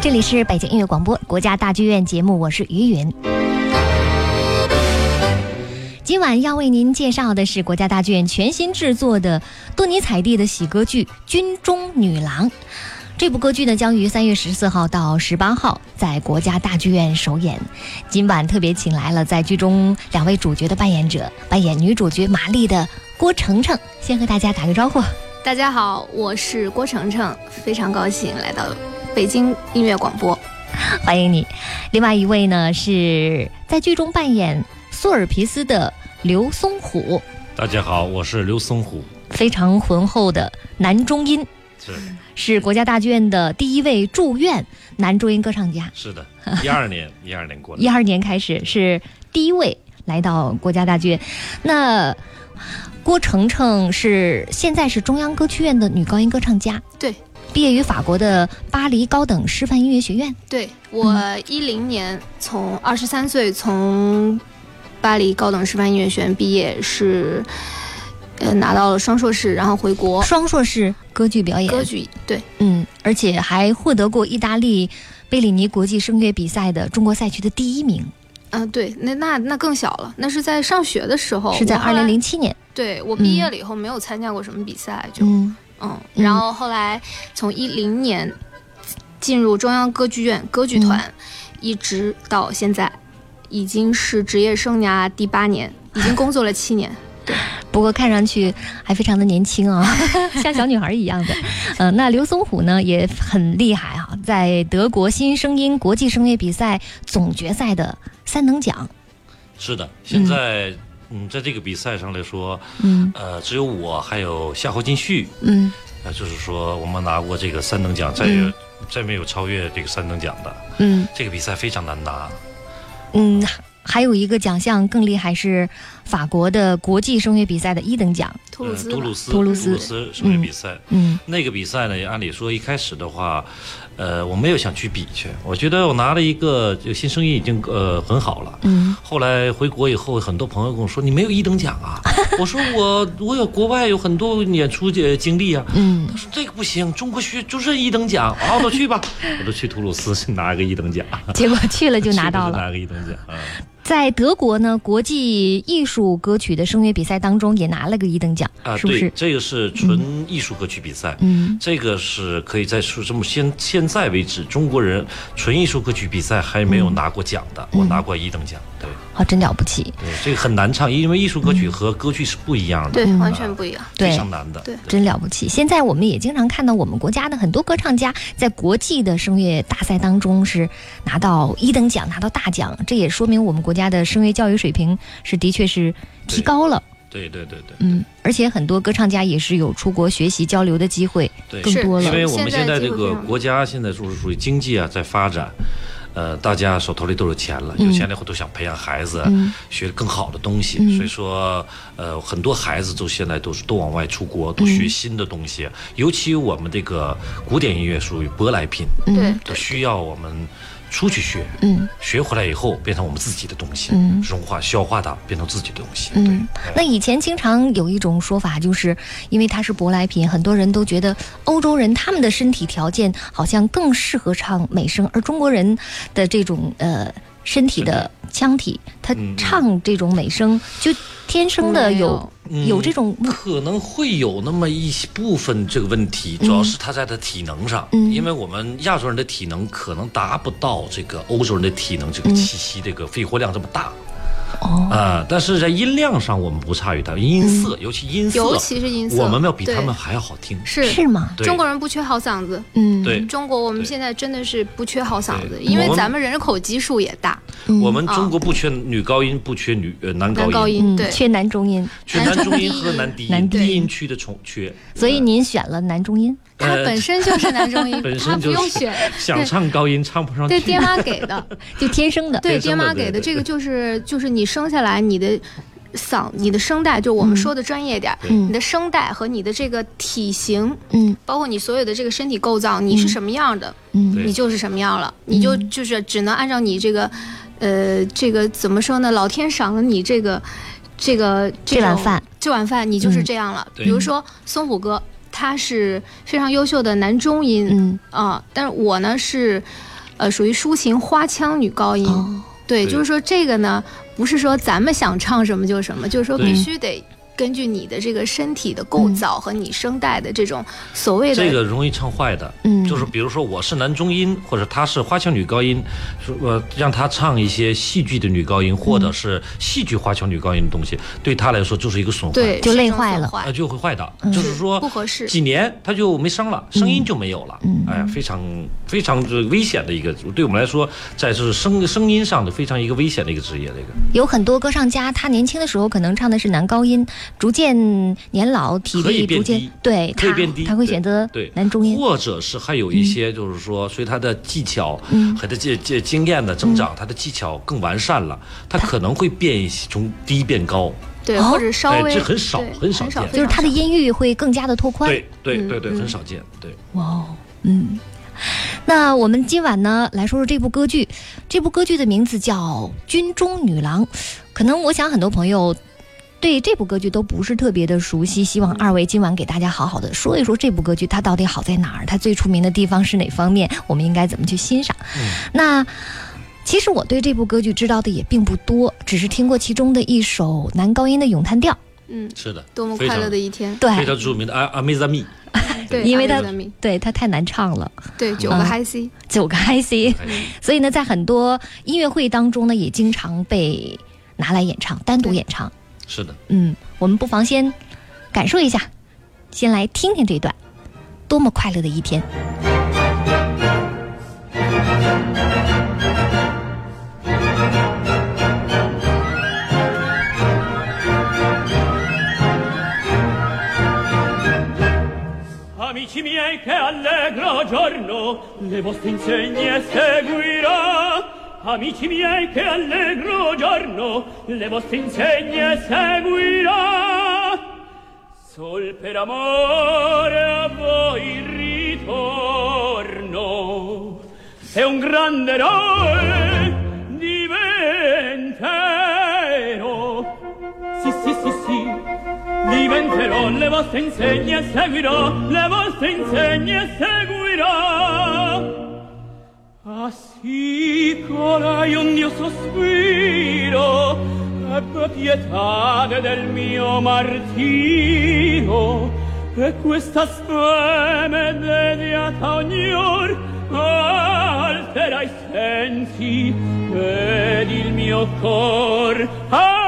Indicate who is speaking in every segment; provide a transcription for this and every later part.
Speaker 1: 这里是北京音乐广播国家大剧院节目，我是于云。今晚要为您介绍的是国家大剧院全新制作的多尼采蒂的喜歌剧《军中女郎》。这部歌剧呢，将于三月十四号到十八号在国家大剧院首演。今晚特别请来了在剧中两位主角的扮演者，扮演女主角玛丽的郭程程，先和大家打个招呼。
Speaker 2: 大家好，我是郭程程，非常高兴来到北京音乐广播。
Speaker 1: 欢迎你。另外一位呢是在剧中扮演苏尔皮斯的刘松虎，
Speaker 3: 大家好，我是刘松虎。
Speaker 1: 非常浑厚的男中音，
Speaker 3: 是
Speaker 1: 是国家大剧院的第一位驻院男中音歌唱家。
Speaker 3: 是 的，一二年，一二年过来
Speaker 1: 一。二年开始是第一位来到国家大剧院。那郭程程是现在是中央歌剧院的女高音歌唱家，
Speaker 2: 对，
Speaker 1: 毕业于法国的巴黎高等师范音乐学院。
Speaker 2: 对我
Speaker 1: 嗯
Speaker 2: 一零年从二十三岁从巴黎高等师范音乐学院毕业，是呃拿到了双硕士，然后回国
Speaker 1: 双硕士歌剧表演，
Speaker 2: 歌剧对
Speaker 1: 嗯，而且还获得过意大利贝里尼国际声乐比赛的中国赛区的第一名，
Speaker 2: 啊、对，那那那更小了，那是在上学的时候，
Speaker 1: 是在
Speaker 2: 我后
Speaker 1: 二
Speaker 2: 来
Speaker 1: 零零七年。
Speaker 2: 对我毕业了以后没有参加过什么比赛，就
Speaker 1: 嗯，
Speaker 2: 嗯，
Speaker 1: 嗯
Speaker 2: 然后后来从一零年进入中央歌剧院歌剧团，
Speaker 1: 嗯
Speaker 2: 一直到现在，已经是职业生涯第八年，已经工作了七
Speaker 3: 嗯
Speaker 2: 年。
Speaker 1: 不过看上去还非常的年轻啊、像小女孩一样的。呃，那刘松虎呢也很厉害啊，在德国新声音国际声乐比赛总决赛的三等奖。
Speaker 3: 是的，现在嗯，在这个比赛上来说，
Speaker 1: 嗯
Speaker 3: 呃，只有我还有夏侯金旭，
Speaker 1: 嗯
Speaker 3: 呃，就是说我们拿过这个三等奖，再
Speaker 1: 嗯
Speaker 3: 再没有超越这个三等奖的。
Speaker 1: 嗯
Speaker 3: 这个比赛非常难拿，
Speaker 1: 嗯，还有一个奖项更厉害是法国的国际声乐比赛的一等奖。
Speaker 2: 图鲁
Speaker 3: 呃
Speaker 2: 兹吧，
Speaker 3: 杜鲁斯，
Speaker 1: 图鲁
Speaker 3: 鲁
Speaker 1: 兹
Speaker 3: 斯声乐比赛。
Speaker 1: 嗯
Speaker 3: 那个比赛呢，按理说一开始的话，呃，我没有想去比去，我觉得我拿了一个就新声音已经呃很好了，
Speaker 1: 嗯
Speaker 3: 后来回国以后，很多朋友跟我说：“你没有一等奖啊！”我说我：“我有国外有很多演出的经历啊。”
Speaker 1: 嗯
Speaker 3: 他说：“这个不行，中国需就是一等奖。”啊，我去吧，我就去吐鲁斯去拿个一等奖，
Speaker 1: 结果去了就拿到了
Speaker 3: 去就。拿个一等奖啊。
Speaker 1: 在德国呢，国际艺术歌曲的声乐比赛当中也拿了个一等奖，
Speaker 3: 啊，
Speaker 1: 是不
Speaker 3: 对
Speaker 1: 是，？
Speaker 3: 这个是纯艺术歌曲比赛。
Speaker 1: 嗯
Speaker 3: 这个是可以在说这么现现在为止，中国人纯艺术歌曲比赛还没
Speaker 1: 嗯
Speaker 3: 有拿过奖的，我拿过一等奖。对
Speaker 1: 啊，真了不起，
Speaker 3: 对，这个很难唱，因为艺术歌曲和歌剧是不一样的，
Speaker 2: 对，
Speaker 1: 嗯
Speaker 2: 完全不一样。
Speaker 1: 对
Speaker 3: 非常难的。
Speaker 2: 对
Speaker 1: 真了不起！现在我们也经常看到我们国家的很多歌唱家在国际的声乐大赛当中是拿到一等奖、拿到大奖，这也说明我们国家的声乐教育水平是的确是提高了。
Speaker 3: 对对对对。
Speaker 1: 嗯，而且很多歌唱家也是有出国学习交流的机会
Speaker 3: 对
Speaker 1: 更
Speaker 2: 是
Speaker 1: 多
Speaker 3: 因
Speaker 1: 了。
Speaker 3: 为我们
Speaker 2: 现
Speaker 3: 现
Speaker 2: 在
Speaker 3: 在
Speaker 2: 机
Speaker 3: 这
Speaker 2: 会非
Speaker 3: 个
Speaker 2: 常
Speaker 3: 国家现在就是属于经济啊在发展，呃，大家手头里都有钱了，
Speaker 1: 嗯
Speaker 3: 有钱了以后都想培养孩子、啊
Speaker 1: 嗯
Speaker 3: 学更好的东西，
Speaker 1: 嗯
Speaker 3: 所以说呃很多孩子都现在都是都往外出国，都学新的东西，啊尤其我们这个古典音乐属于舶来品，
Speaker 1: 嗯
Speaker 2: 对
Speaker 3: 都需要我们出去学，
Speaker 1: 嗯
Speaker 3: 学回来以后变成我们自己的东西，
Speaker 1: 嗯
Speaker 3: 融化消化它变成自己的东西，
Speaker 1: 嗯，那
Speaker 3: 对。
Speaker 1: 以前经常有一种说法，就是因为它是舶来品，很多人都觉得欧洲人他们的身体条件好像更适合唱美声，而中国人的这种呃身体
Speaker 3: 嗯
Speaker 1: 的腔体，他
Speaker 3: 嗯嗯
Speaker 1: 唱这种美声就天生
Speaker 3: 嗯
Speaker 1: 的有
Speaker 3: 没有
Speaker 1: 有这种
Speaker 3: 可能会有那么一些部分这个问题，主要是他在他体能上，
Speaker 1: 嗯
Speaker 3: 因为我们亚洲人的体能可能达不到这个欧洲人的体能，这个气息、这个肺活量这么大
Speaker 1: 哦，
Speaker 3: 啊、但是在音量上我们不差于他们，音色、尤其音色，
Speaker 2: 嗯尤其是音色，
Speaker 3: 我们要比
Speaker 2: 对
Speaker 3: 他们还要好听。
Speaker 2: 是
Speaker 1: 是吗？
Speaker 3: 对
Speaker 2: 中国人不缺好嗓子。
Speaker 1: 嗯，
Speaker 3: 对
Speaker 2: 中国我们
Speaker 3: 对
Speaker 2: 现在真的是不缺好嗓子，
Speaker 3: 对
Speaker 2: 因为
Speaker 3: 我们
Speaker 2: 咱们人口基数也大，
Speaker 1: 嗯
Speaker 3: 我们中国不缺女高音，不缺女呃男高
Speaker 2: 男高
Speaker 3: 音，
Speaker 2: 音
Speaker 1: 嗯
Speaker 2: 对。
Speaker 1: 缺男中音，
Speaker 3: 缺男中音和男低音，
Speaker 1: 男低音
Speaker 3: 低音区的重缺。
Speaker 1: 所以您选了男中音，
Speaker 2: 他
Speaker 3: 呃
Speaker 2: 本身就是男中音，
Speaker 3: 本
Speaker 2: 他
Speaker 3: 身
Speaker 2: 不
Speaker 3: 就
Speaker 2: 用
Speaker 3: 是
Speaker 2: 选，
Speaker 3: 想唱高音唱不上
Speaker 2: 对
Speaker 3: 去
Speaker 2: 爹。妈给的，
Speaker 1: 就天生的。
Speaker 2: 对
Speaker 3: 天
Speaker 2: 爹
Speaker 3: 生的
Speaker 2: 妈
Speaker 3: 对
Speaker 2: 给的
Speaker 3: 对
Speaker 2: 这个
Speaker 3: 对
Speaker 2: 就是就是你生下来你的嗓你的声带，就我们
Speaker 1: 嗯
Speaker 2: 说的专业点儿，
Speaker 3: 对
Speaker 2: 你的声带和你的这个体型，
Speaker 1: 嗯
Speaker 2: 包括你所有的这个身体构造，你是什么样的，
Speaker 1: 嗯
Speaker 3: 对
Speaker 2: 你就是什么样了，你就就是只能按照你这个，呃，这个怎么说呢？老天赏了你这个这个
Speaker 1: 这
Speaker 2: 种
Speaker 1: 碗饭，
Speaker 2: 这碗饭你就是这样了。
Speaker 3: 对
Speaker 2: 比如说松虎哥，他是非常优秀的男中音
Speaker 1: 嗯
Speaker 2: 啊、但是我呢是呃，属于抒情花腔女高音。
Speaker 1: 哦，
Speaker 2: 对，
Speaker 3: 对
Speaker 2: 就是说这个呢，不是说咱们想唱什么就什么，就是说
Speaker 3: 对
Speaker 2: 必须得根据你的这个身体的
Speaker 1: 嗯
Speaker 2: 构造和你声带的这种所谓的
Speaker 3: 这个容易唱坏的。
Speaker 1: 嗯，
Speaker 3: 就是比如说我是男中音，或者她是花腔女高音，说呃让她唱一些戏剧的女高音，或
Speaker 2: 嗯
Speaker 3: 者是戏剧花腔女高音的东西，对她来说就是一个损坏，
Speaker 2: 对
Speaker 1: 就累
Speaker 2: 是一种
Speaker 1: 坏
Speaker 2: 损
Speaker 1: 了
Speaker 2: 坏
Speaker 3: 呃就会坏的，就是说
Speaker 2: 不合适。嗯
Speaker 3: 几年她就没声了，声音就没有了，哎，非常非常这危险的一个，对我们来说，在是声声音上的非常一个危险的一个职业，这个。
Speaker 1: 有很多歌唱家，他年轻的时候可能唱的是男高音，逐渐年老，体
Speaker 3: 可以
Speaker 1: 力
Speaker 3: 变
Speaker 1: 逐渐
Speaker 3: 低
Speaker 1: 对
Speaker 3: 可以
Speaker 1: 他
Speaker 3: 变低
Speaker 1: 他会选择
Speaker 3: 对
Speaker 1: 男中音。
Speaker 3: 或者是还有一些就是说，随他的技巧和他这这经验的增长，他的技巧更完善了，他可能会变一些从低变高。
Speaker 2: 对，
Speaker 1: 哦
Speaker 2: 或者稍
Speaker 3: 哎
Speaker 2: 微
Speaker 3: 这很少
Speaker 2: 对
Speaker 3: 很
Speaker 2: 很
Speaker 3: 少见
Speaker 2: 非
Speaker 1: 就是
Speaker 2: 常
Speaker 1: 他的
Speaker 2: 少
Speaker 1: 音域会更加的拓宽。
Speaker 3: 对对
Speaker 2: 嗯
Speaker 3: 对对，
Speaker 2: 嗯
Speaker 3: 很少见。对，
Speaker 1: 哇哦，嗯。那我们今晚呢来说说这部歌剧，这部歌剧的名字叫《军中女郎》，可能我想很多朋友。对这部歌剧都不是特别的熟悉，希望二位今晚给大家好好的说一说这部歌剧它到底好在哪儿，它最出名的地方是哪方面，我们应该怎么去欣赏。那其实我对这部歌剧知道的也并不多，只是听过其中的一首男高音的咏叹调。
Speaker 2: 嗯，
Speaker 3: 是的，
Speaker 2: 多么
Speaker 3: 非
Speaker 2: 快
Speaker 3: 常
Speaker 2: 乐的一天。
Speaker 1: 对，
Speaker 3: 非常著名的啊阿阿梅扎密，
Speaker 2: 对，
Speaker 1: 因为
Speaker 2: 阿
Speaker 1: 他
Speaker 2: 里山民
Speaker 1: 对它太难唱了，
Speaker 2: 对九个
Speaker 1: 嗯
Speaker 2: 嗨 C，
Speaker 1: 九个 I C。所以
Speaker 3: 哎
Speaker 1: 呢，在很多音乐会当中呢，也经常被拿来演唱，单独演唱。
Speaker 3: 是的，
Speaker 1: 嗯，我们不妨先感受一下，先来听听这段，多么快乐的一天。
Speaker 4: Amici miei che allegro giorno le vostre insegne seguirò Amici miei che allegro giorno le vostre insegne seguirò Sol per amore a voi ritorno e un grande eroe diventerò Sì, sì, sì, sì, diventerò le vostre insegne e seguirò, le vostre insegne e seguirò. Assicurai un mio sospiro, ebbe pietade del mio martiro, e questa speme dedicata a ognor altera i sensi ed il mio cor. Ah!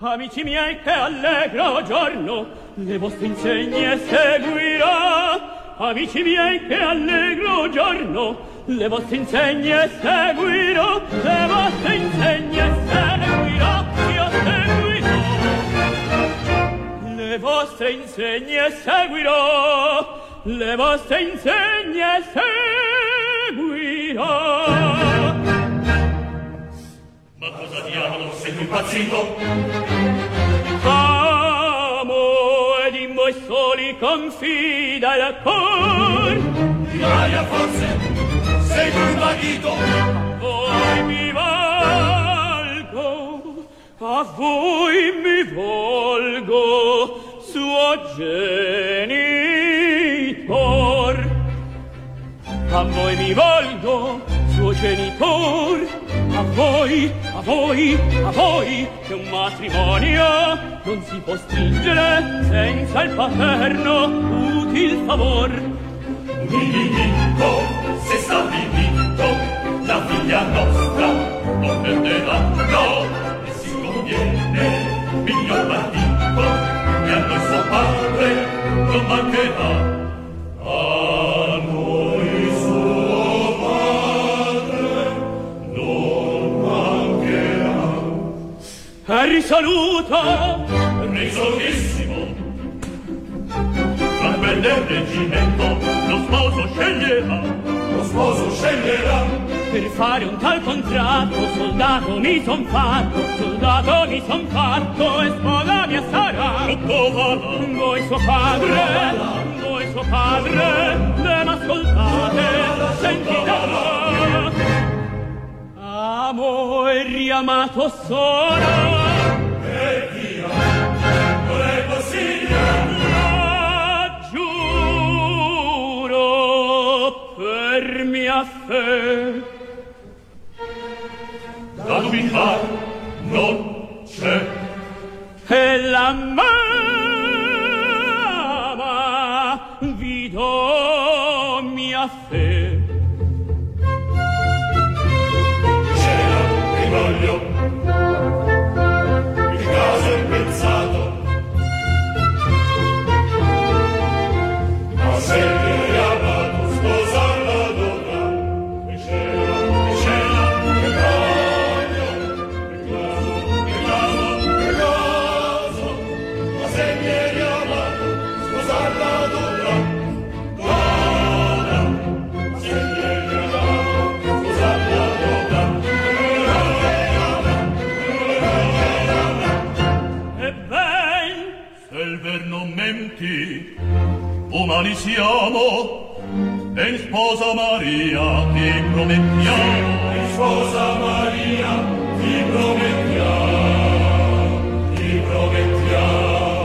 Speaker 4: Amici miei che allegro giorno le vostre insegne seguirò Amici miei che allegro giorno le vostre insegne seguirò Le vostre insegne seguirò io seguirò Le vostre insegne seguirò Le vostre insegne seguirò
Speaker 5: Ma cosa diavolo sei tu impazzito?
Speaker 4: Amo ed in voi soli confida il cor
Speaker 5: Aria forse sei tu invaghito?
Speaker 4: Voi mi valgo A voi mi volgo Suo genitor A voi mi volgo Suo genitor A voi, a voi, a voi Che un matrimonio non si può stringere Senza il paterno util favor
Speaker 5: Milito, se sta Milito, la figlia nostra non perderà, no, e si conviene, miglior partito, e a noi suo padre non mancherà. A noi suo padre non mancherà.
Speaker 4: E risaluta
Speaker 5: Risolissimo Tra quel del reggimento Lo sposo sceglierà Lo sposo sceglierà
Speaker 4: Per fare un tal contratto, soldato mi son fatto, soldato mi son fatto, e sposa mia sarà.
Speaker 5: Provala
Speaker 4: Voi suo padre, voi suo padre, me m'ascoltate, sentitela. Amo e riamato sono,
Speaker 5: Non è possibile
Speaker 4: lo giuro. nasse
Speaker 5: Da dubitar non c'è
Speaker 4: e la mamma vi do mia fede.
Speaker 5: Cera e voglio Il caso è pensato Ma se mi amato sposarla dovrà E cera, e cera Che voglio Il caso, il caso, il caso Ma se mi amato sposarla dovrà Dovrà Ma se mi amato sposarla dovrà
Speaker 4: Ebben,
Speaker 5: Se il ver non menti, umani siamo, ben sposa Maria ti promettiamo. Ben E sposa Maria ti promettiamo, ti promettiamo.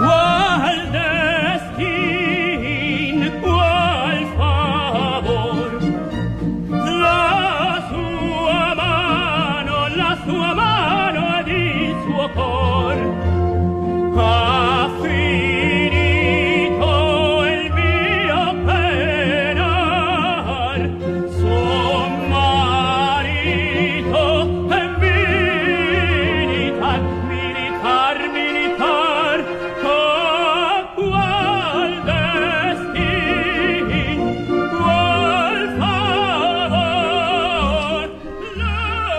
Speaker 4: qual destin, qual favor, la sua mano, la sua mano ed il suo cor, ha finito il mio penar, suo marito è militar, militar, militar, oh, qual destin, qual favor, la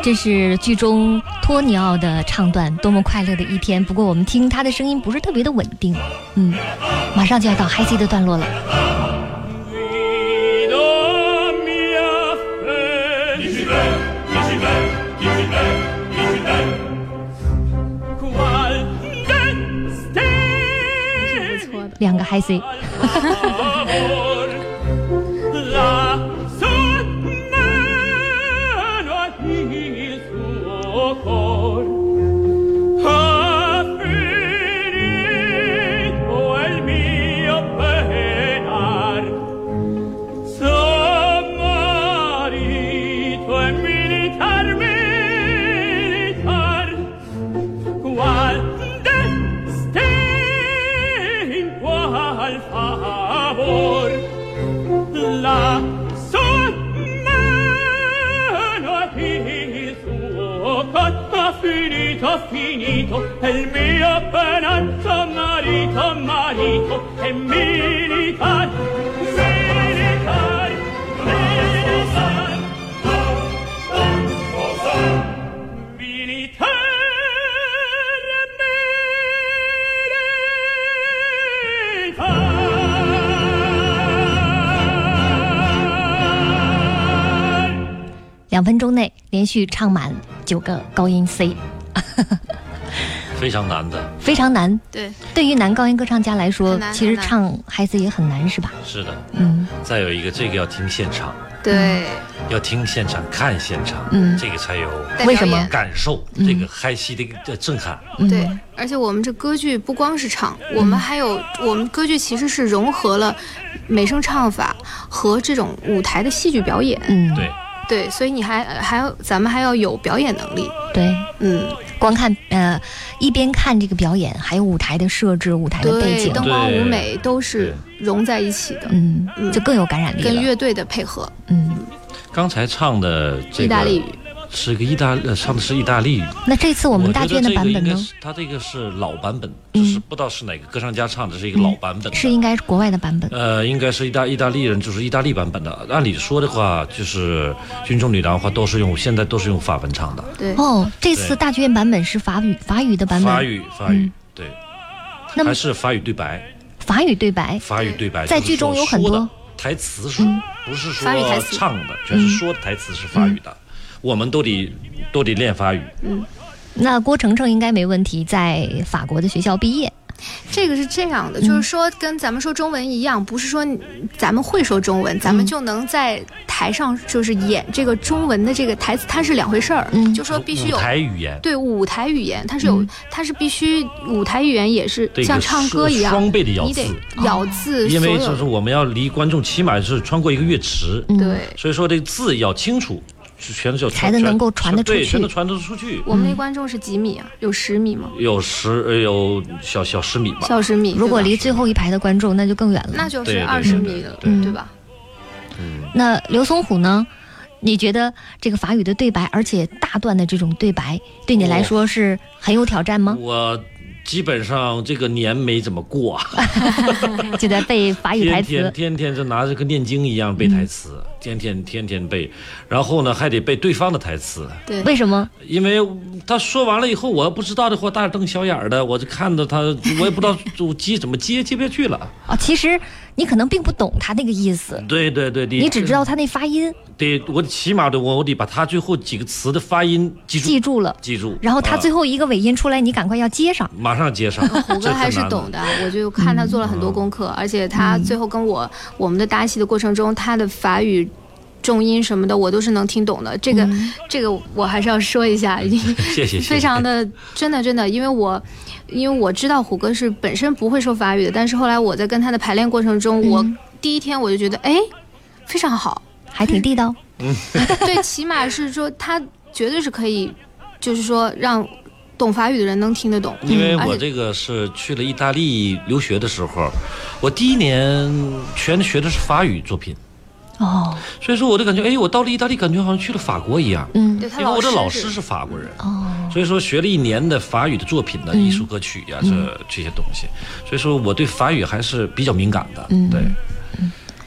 Speaker 1: 这是剧中托尼奥的唱段，多么快乐的一天！不过我们听他的声音不是特别的稳定，嗯，马上就要到嗨 C 的段落了。
Speaker 4: Vido mia fe,
Speaker 5: Dici te, dici te, dici te, dici te.
Speaker 4: qual destin,
Speaker 2: 错的。
Speaker 1: 两个嗨 C，
Speaker 4: favor, la sua mano il suo cor ha finito il mio penar suo marito è militar militar qual destin, qual favor, la sua mano e il suo cor ha finito, ha finito, e il mio penanza marito, marito, è militar, militar, militar, Militar Militar
Speaker 1: 两分钟内连续唱满九个高音 C，
Speaker 3: 非常难的，
Speaker 1: 非常难。
Speaker 2: 对，
Speaker 1: 对于男高音歌唱家来说
Speaker 2: 很，难
Speaker 1: 其实
Speaker 2: 很难
Speaker 1: 唱嗨 C 也很难，是吧？
Speaker 3: 是的。
Speaker 1: 嗯，
Speaker 3: 再有一个，这个要听现场，嗯
Speaker 2: 对，
Speaker 3: 要听现场，看现场，
Speaker 1: 嗯
Speaker 3: 这个才有
Speaker 2: 带
Speaker 1: 为
Speaker 2: 表
Speaker 1: 什么
Speaker 2: 演
Speaker 3: 感受，这个嗨戏的一个呃震撼。
Speaker 1: 嗯
Speaker 2: 对，而且我们这歌剧不光是唱，我们还有我们歌剧其实是融合了美声唱法和这种舞台的戏剧表演。
Speaker 1: 嗯，
Speaker 3: 对，
Speaker 2: 对，所以你还呃还要咱们还要有表演能力。
Speaker 1: 对，
Speaker 2: 嗯，
Speaker 1: 光看呃，一边看这个表演，还有舞台的设置、舞台的背
Speaker 2: 对，
Speaker 1: 景
Speaker 2: 灯，光
Speaker 3: 对
Speaker 2: 舞美都是融在一起的，
Speaker 1: 嗯，就更有感染力
Speaker 2: 跟
Speaker 1: 了。
Speaker 2: 乐队的配合，
Speaker 1: 嗯，
Speaker 3: 刚才唱的这个
Speaker 2: 意大利语。
Speaker 3: 是个意大，呃唱的是意大利语。
Speaker 1: 那这次我们大剧院的版
Speaker 3: 我
Speaker 1: 本
Speaker 3: 觉得这个应该
Speaker 1: 呢？嗯
Speaker 3: 是它这个是老版本，就是不知道是哪个歌唱家唱的，是一个老版本的。
Speaker 1: 是应该是国外的版本。
Speaker 3: 呃，应该是意大意大利人，就是意大利版本的。按理说的话，就是《军中女郎》的话都是用现在都是用法文唱的，
Speaker 2: 对，
Speaker 1: 哦，这次
Speaker 3: 呃对
Speaker 1: 大剧院版本是法语法语的版本，嗯
Speaker 3: 法语法语、对，
Speaker 1: 那么
Speaker 3: 还是法语对白，
Speaker 1: 法语对白。
Speaker 3: 法语对白
Speaker 1: 在
Speaker 3: 就是
Speaker 1: 剧中
Speaker 3: 说
Speaker 1: 有很
Speaker 3: 说的
Speaker 1: 多嗯
Speaker 3: 台词是，不是说
Speaker 2: 法语台词
Speaker 3: 唱的，全是说的台词是法语的，
Speaker 1: 嗯
Speaker 3: 我们都得都得练法语。
Speaker 1: 那郭程程应该没问题，在法国的学校毕业，
Speaker 2: 这个是这样的，
Speaker 1: 嗯
Speaker 2: 就是说跟咱们说中文一样，不是说你咱们会说中文，咱
Speaker 1: 嗯
Speaker 2: 们就能在台上就是演这个中文的这个台词，它是两回事儿。
Speaker 1: 嗯
Speaker 2: 就说必须有
Speaker 3: 舞台语言，
Speaker 2: 对舞台语言，它是有，它是必须舞台语言也是
Speaker 3: 对
Speaker 2: 像
Speaker 3: 有
Speaker 2: 唱
Speaker 3: 双
Speaker 2: 歌一样，
Speaker 3: 双倍的咬
Speaker 2: 你得
Speaker 3: 字
Speaker 2: 咬字，
Speaker 3: 因
Speaker 2: 所
Speaker 3: 为
Speaker 2: 有
Speaker 3: 就是我们要离观众起码是穿过一个乐池，
Speaker 1: 嗯
Speaker 2: 对。
Speaker 3: 所以说这个字要清楚，全是要
Speaker 1: 才能能够传得出
Speaker 3: 对，
Speaker 1: 去
Speaker 3: 全都传得出
Speaker 1: 嗯
Speaker 3: 去。
Speaker 2: 我们那观众是几米啊？有十米吗？
Speaker 3: 有十呃有小小十米吧，
Speaker 2: 小十米。
Speaker 1: 如果
Speaker 2: 对吧
Speaker 1: 离最后一排的观众，那就更远了。
Speaker 2: 那就
Speaker 3: 对
Speaker 2: 是
Speaker 3: 对
Speaker 2: 二十
Speaker 3: 对
Speaker 2: 米了，
Speaker 3: 对
Speaker 2: 对吧？
Speaker 1: 那刘松虎呢？你觉得这个法语的对白，而且大段的这种对白，对你
Speaker 3: 哦
Speaker 1: 来说是很有挑战吗？
Speaker 3: 我基本上这个年没怎么过啊，
Speaker 1: 就在背法语台
Speaker 3: 天
Speaker 1: 词，嗯
Speaker 3: 天天天就拿着跟念经一样背台词，天天天天背，然后呢还得背对方的台词，
Speaker 2: 对，
Speaker 1: 为什么？
Speaker 3: 因为他说完了以后，我要不知道的话，大瞪小眼儿的，我就看着他，我也不知道我接怎么接，接不下去了。
Speaker 1: 啊，其实你可能并不懂他那个意思，
Speaker 3: 对对对，你
Speaker 1: 你只知道他那发音
Speaker 3: 得我起码得我我得把他最后几个词的发音记住
Speaker 1: 记住了，
Speaker 3: 记住，
Speaker 1: 然后他
Speaker 3: 啊
Speaker 1: 最后一个尾音出来，你赶快要接上。
Speaker 3: 马上接上。
Speaker 2: 虎哥
Speaker 3: 这
Speaker 2: 还
Speaker 3: 很
Speaker 2: 是
Speaker 3: 难的嗯
Speaker 2: 懂的，啊我就看他做了很多功课，而且他最后跟我我们的搭戏的过程中，他的法语。重音什么的，我都是能听懂的。这个，
Speaker 1: 嗯
Speaker 2: 这个我还是要说一 下，已经
Speaker 3: 谢谢，谢谢
Speaker 2: 非常的真的真的，因为我因为我知道虎哥是本身不会说法语的，但是后来我在跟他的排练过程中，我
Speaker 1: 嗯
Speaker 2: 第一天我就觉得，哎，非常好，
Speaker 1: 还挺地 道，
Speaker 2: 对，起码是说他绝对是可以，就是说让懂法语的人能听得懂。
Speaker 3: 因为
Speaker 2: 嗯而
Speaker 3: 我
Speaker 2: 且
Speaker 3: 这个是去了意大利留学的时候，我第一年全学的是法语作品，
Speaker 1: 哦，
Speaker 3: 所以说我就感觉，哎，我到了意大利，感觉好像去了法国一样。
Speaker 1: 嗯，
Speaker 2: 对他
Speaker 3: 因为我的老
Speaker 2: 是
Speaker 3: 师是法国人，
Speaker 1: 哦，。
Speaker 3: 所以说学了一年的法语的作品呢，
Speaker 2: 嗯
Speaker 3: 艺术歌曲呀、这这些东西，所以说我对法语还是比较敏感的。
Speaker 2: 嗯
Speaker 3: 对，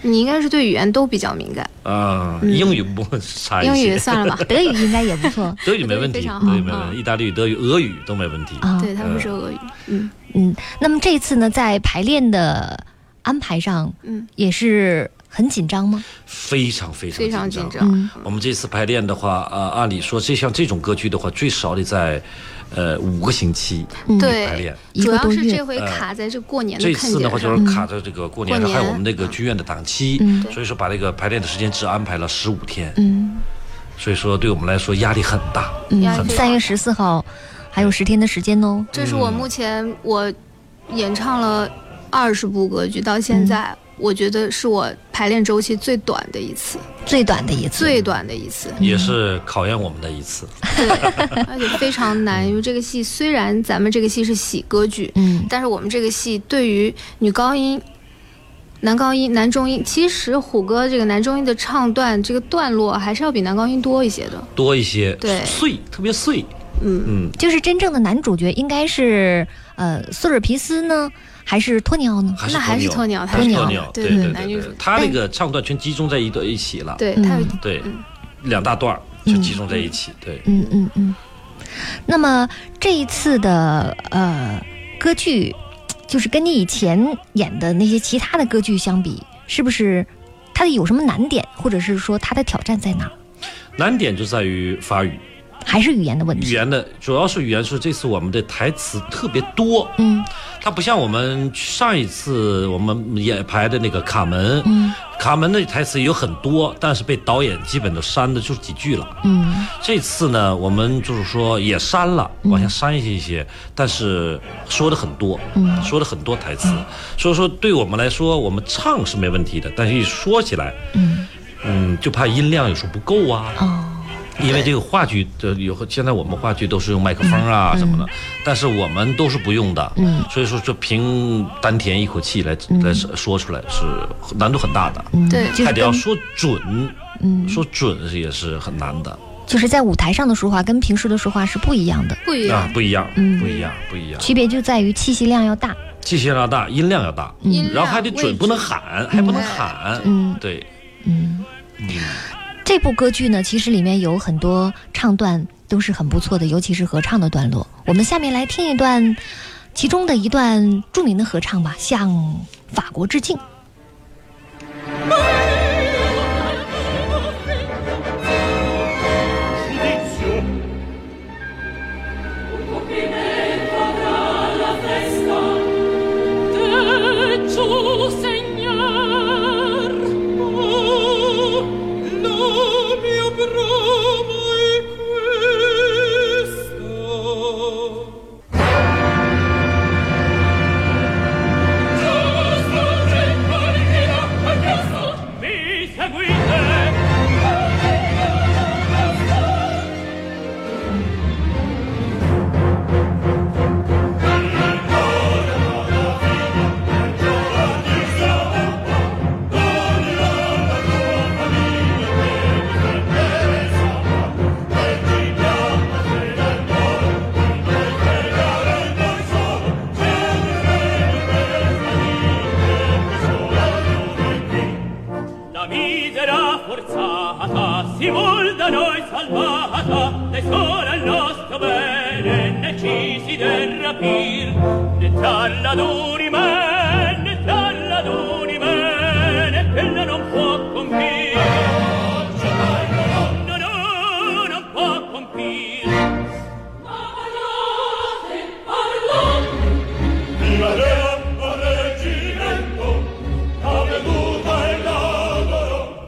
Speaker 2: 你应该是对语言都比较敏感，
Speaker 3: 啊，英语不差
Speaker 2: 嗯英
Speaker 3: 一
Speaker 2: 语
Speaker 3: 些，
Speaker 2: 算了吧
Speaker 1: 德语应该也不 错。
Speaker 3: 德语没问题，
Speaker 2: 非常
Speaker 3: 德
Speaker 2: 好
Speaker 3: 语没问
Speaker 2: 嗯
Speaker 3: 题，意大利语、德语、俄语都没问题。
Speaker 1: 啊，
Speaker 2: 对他们是俄语，嗯，
Speaker 1: 嗯，那么这次呢，在排练的安排上，
Speaker 2: 嗯，
Speaker 1: 也是很紧张吗？
Speaker 3: 非常非常
Speaker 2: 非常紧
Speaker 3: 紧
Speaker 2: 张。
Speaker 3: 我们这次排练的话，呃，按理说这像这种歌剧的话，最少得在，呃，五个星期排
Speaker 2: 对
Speaker 3: 练。，
Speaker 1: 一
Speaker 2: 主
Speaker 1: 个
Speaker 2: 要
Speaker 1: 多
Speaker 2: 是
Speaker 1: 月
Speaker 2: 这回卡在这过年的
Speaker 3: 呃这
Speaker 2: 坎
Speaker 3: 次的话
Speaker 2: 节
Speaker 3: 就
Speaker 2: 上，
Speaker 3: 是卡在这个过年，
Speaker 2: 嗯过年嗯
Speaker 3: 还有我们那个剧院的档期，所以说把这个排练的时间只安排了十五天，
Speaker 1: 嗯
Speaker 3: 所以说对我们来说压力很大。
Speaker 2: 压力
Speaker 1: 嗯，
Speaker 2: 非常
Speaker 1: 三月十四号还有十天的时间哦。
Speaker 2: 这是
Speaker 3: 嗯
Speaker 2: 我目前我演唱了二十部歌剧，到现
Speaker 3: 嗯
Speaker 2: 在我觉得是我排练周期最短的一次，
Speaker 1: 最短的一次，
Speaker 2: 最短的一次。
Speaker 3: 也是考验我们的一次，
Speaker 2: 对， 而且非常难，因为这个戏虽然咱们这个戏是喜歌剧，
Speaker 1: 嗯
Speaker 2: 但是我们这个戏对于女高音、男高音、男中音，其实虎哥这个男中音的唱段这个段落还是要比男高音多一些的。
Speaker 3: 多一些，
Speaker 2: 对
Speaker 3: 碎，特别碎，
Speaker 2: 嗯，
Speaker 3: 嗯，
Speaker 1: 就是真正的男主角应该是呃苏尔皮斯呢，还是托尼奥呢？
Speaker 3: 还是
Speaker 2: 那还是嗯
Speaker 3: 托
Speaker 2: 托
Speaker 3: 尼
Speaker 2: 尼
Speaker 3: 奥
Speaker 2: 奥
Speaker 3: 还
Speaker 1: 托
Speaker 3: 是托
Speaker 1: 尼
Speaker 3: 尼
Speaker 2: 奥
Speaker 3: 奥，
Speaker 2: 对
Speaker 3: 对
Speaker 2: 对
Speaker 3: 对
Speaker 2: 男女主
Speaker 3: 对，他那个唱段全集中在一段一起了，
Speaker 1: 嗯
Speaker 2: 对，嗯他有
Speaker 3: 对，两大段儿就集中在一起，对。
Speaker 1: 嗯嗯嗯。那么这一次的呃歌剧，就是跟你以前演的那些其他的歌剧相比，是不是它的有什么难点，或者是说它的挑战在哪儿？
Speaker 3: 难点就在于法语，
Speaker 1: 还是语言的问
Speaker 3: 语
Speaker 1: 题？
Speaker 3: 言的主要是语言是这次我们的台词特别多，
Speaker 1: 嗯，
Speaker 3: 它不像我们上一次我们演排的那个卡门，
Speaker 1: 嗯
Speaker 3: 卡门的台词有很多，但是被导演基本都删的就是几句了。
Speaker 1: 嗯，
Speaker 3: 这次呢，我们就是说也删了，往下删一些一些，但是说的很多，嗯，说的很多台词，所以说对我们来说，我们唱是没问题的，但是一说起来，嗯。嗯，就怕音量有时候不够啊，
Speaker 1: 哦，
Speaker 3: 因为这个话剧的有现在我们话剧都是用麦克风啊什么的，但是我们都是不用的，
Speaker 1: 嗯
Speaker 3: 所以说就凭丹田一口气来、来说出来是难度很大的，
Speaker 2: 对
Speaker 1: 就
Speaker 3: 还
Speaker 1: 是
Speaker 3: 得要
Speaker 1: 跟
Speaker 3: 说准，嗯，说准是也是很难的
Speaker 1: 就是在舞台上的说话跟平时的说话是不一样的，
Speaker 2: 不一样
Speaker 3: 啊，，不一样，
Speaker 1: 嗯
Speaker 3: 不一样，不一样，
Speaker 1: 区别就在于气息量要大。
Speaker 3: 气息要大，音量要大，
Speaker 2: 音量
Speaker 3: 然后还得
Speaker 2: 位
Speaker 3: 准，
Speaker 2: 置
Speaker 3: 不能喊，还不能喊，
Speaker 1: 嗯
Speaker 3: 对，
Speaker 1: 嗯，这部歌剧呢，其实里面有很多唱段都是很不错的，尤其是合唱的段落。我们下面来听一段，其中的一段著名的合唱吧，向法国致敬。
Speaker 5: Giudizio
Speaker 6: alla festa
Speaker 4: oh, sposa né sola il nostro bene né ci si del rapir né tarla d'uni me né tarla d'uni me né ella non può compir no no non può compir
Speaker 5: Viva l'Europa reggimento, la veduta e l'adoro.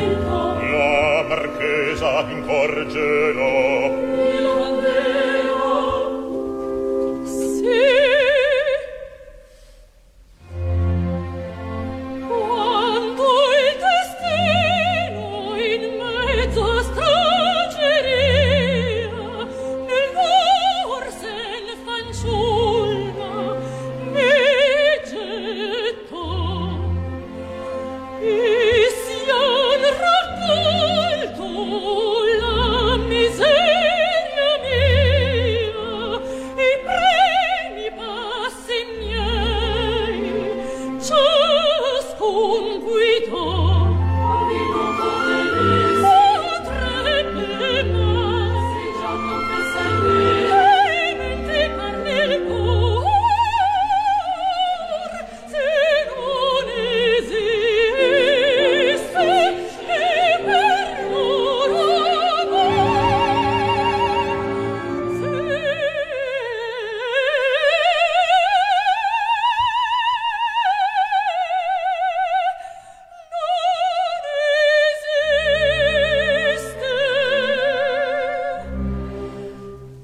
Speaker 5: La marchesa incorgelo,
Speaker 6: Quando il destino in mezzo a straceria nel corso il fanciulla mi gettò e sian raccolto la miseria mia e premi passi miei ciascun guidò potrebbe mai dimenticar nel cor se non esiste e per loro amor se non esiste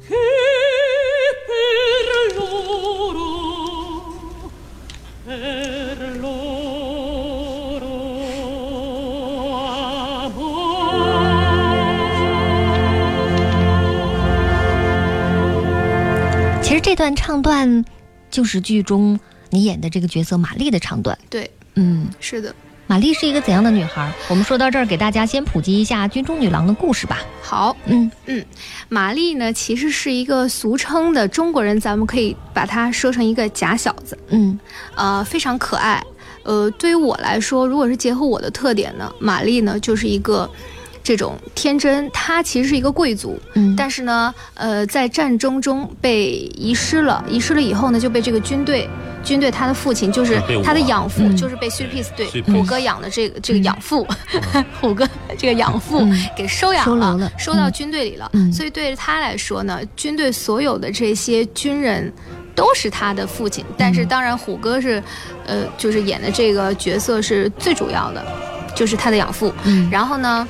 Speaker 6: che per loro, per loro amor.
Speaker 1: 其实这段唱段就是剧中你演的这个角色玛丽的唱段。
Speaker 2: 对，
Speaker 1: 嗯，
Speaker 2: 是的。
Speaker 1: 玛丽是一个怎样的女孩？我们说到这儿，给大家先普及一下《军中女郎》的故事吧。
Speaker 2: 好，
Speaker 1: 嗯
Speaker 2: 玛丽呢，其实是一个俗称的中国人，咱们可以把它说成一个假小子，
Speaker 1: 嗯
Speaker 2: 呃，非常可爱。呃，对于我来说，如果是结合我的特点呢，玛丽呢就是一个这种天真，她其实是一个贵族，
Speaker 1: 嗯，
Speaker 2: 但是呢，呃，在战争中被遗失了，遗失了以后呢，就被这个军队，军队他的父亲就是
Speaker 3: 啊被我
Speaker 2: 他的养父，
Speaker 1: 嗯
Speaker 2: 就是被 s u p i s 对
Speaker 3: 碎片
Speaker 2: 虎哥养的这个这个养父，虎哥 这个养父
Speaker 1: 嗯
Speaker 2: 给收养
Speaker 1: 收留
Speaker 2: 了，
Speaker 1: 了
Speaker 2: 收到
Speaker 1: 嗯
Speaker 2: 军队里了，
Speaker 1: 嗯
Speaker 2: 所以对于他来说呢，军队所有的这些军人。都是他的父亲，但
Speaker 1: 嗯
Speaker 2: 是当然虎哥是，呃，就是演的这个角色是最主要的，就是他的养父。
Speaker 1: 嗯
Speaker 2: 然后呢，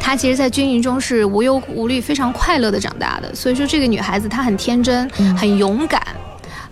Speaker 2: 她其实，在军营中是无忧无虑、非常快乐的长大的。所以说，这个女孩子她很天真，
Speaker 1: 嗯
Speaker 2: 很勇敢。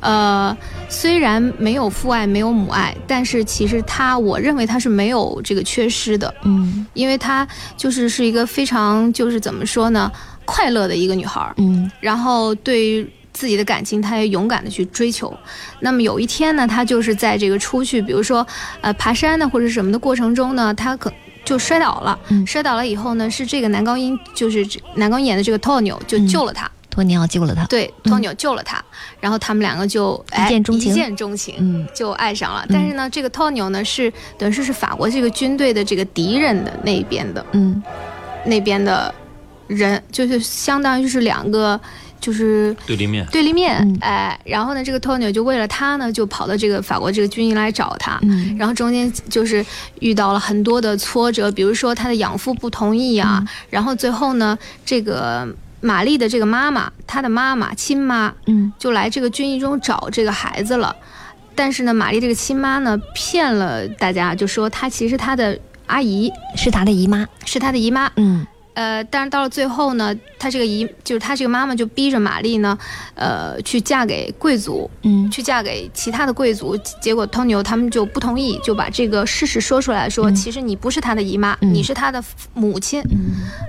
Speaker 2: 呃，虽然没有父爱，没有母爱，但是其实她，我认为她是没有这个缺失的，
Speaker 1: 嗯
Speaker 2: 因为她就是是一个非常就是怎么说呢，快乐的一个女孩儿。
Speaker 1: 嗯
Speaker 2: 然后对于自己的感情，她也勇敢的去追求。那么有一天呢，她就是在这个出去，比如说呃爬山呢或者什么的过程中呢，她可就摔倒了。
Speaker 1: 嗯
Speaker 2: 摔倒了以后呢，是这个男高音，就是这男高音演的这个 Tonio 就
Speaker 1: 嗯
Speaker 2: 救了她。
Speaker 1: 托尼奥救了她。
Speaker 2: 对，Tonio 救了她，然后他们两个就哎
Speaker 1: 嗯一见钟情
Speaker 2: 一见钟情。
Speaker 1: 嗯
Speaker 2: 就爱上了，但是呢，这个 Tonio 呢是等于说是法国这个军队的这个敌人的那边的，
Speaker 1: 嗯
Speaker 2: 那边的人，就是相当于是两个，就是
Speaker 3: 对立 面，
Speaker 2: 对立面，
Speaker 1: 嗯
Speaker 2: 哎，然后呢，这个 Tonio 就为了他呢，就跑到这个法国这个军营来找他，
Speaker 1: 嗯
Speaker 2: 然后中间就是遇到了很多的挫折，比如说他的养父不同意啊，
Speaker 1: 嗯
Speaker 2: 然后最后呢，这个玛丽的这个妈妈，她的妈妈亲妈
Speaker 1: 嗯
Speaker 2: 就来这个军营中找这个孩子了，但是呢，玛丽这个亲妈呢骗了大家，就说她其实她的阿姨
Speaker 1: 是她的姨妈。
Speaker 2: 是她的姨妈，
Speaker 1: 嗯
Speaker 2: 呃，但是到了最后呢，她这个姨就是她这个妈妈就逼着玛丽呢，呃，去嫁给贵族，
Speaker 1: 嗯
Speaker 2: 去嫁给其他的贵族。结果托尼欧他们就不同意，就把这个事实说出来说，其实你不是她的姨妈，
Speaker 1: 嗯
Speaker 2: 你是她的母亲。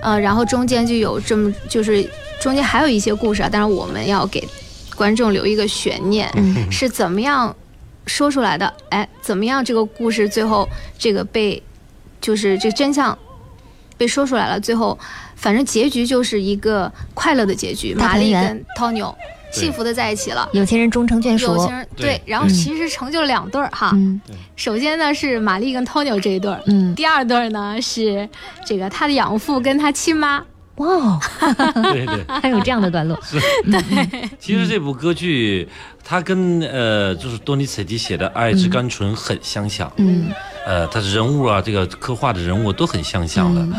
Speaker 2: 呃，然后中间就有这么就是中间还有一些故事啊，但是我们要给观众留一个悬念，
Speaker 1: 嗯
Speaker 2: 是怎么样说出来的？哎，怎么样这个故事最后这个被就是这个真相被说出来了，最后反正结局就是一个快乐的结局。
Speaker 1: 大
Speaker 2: 玛
Speaker 1: 团
Speaker 2: 丽
Speaker 1: 圆
Speaker 2: 跟 Tonio 幸福的在一起了。
Speaker 1: 有钱人终成眷
Speaker 2: 有
Speaker 1: 属
Speaker 2: 情。人
Speaker 3: 对
Speaker 2: 对，然后其实成就了两对儿哈。
Speaker 1: 嗯
Speaker 2: 首先呢是玛丽跟 Tonio 这一对儿，
Speaker 1: 嗯，
Speaker 2: 第二对儿呢是这个他的养父跟他亲妈。
Speaker 1: 哇哦，
Speaker 3: 对对。
Speaker 1: 还有这样的段落。
Speaker 3: 其实这部歌剧，它跟呃，就是多尼采蒂写的《爱之甘醇》很相像。
Speaker 1: 嗯，
Speaker 3: 呃，它是人物啊，这个刻画的人物都很相像的。
Speaker 1: 嗯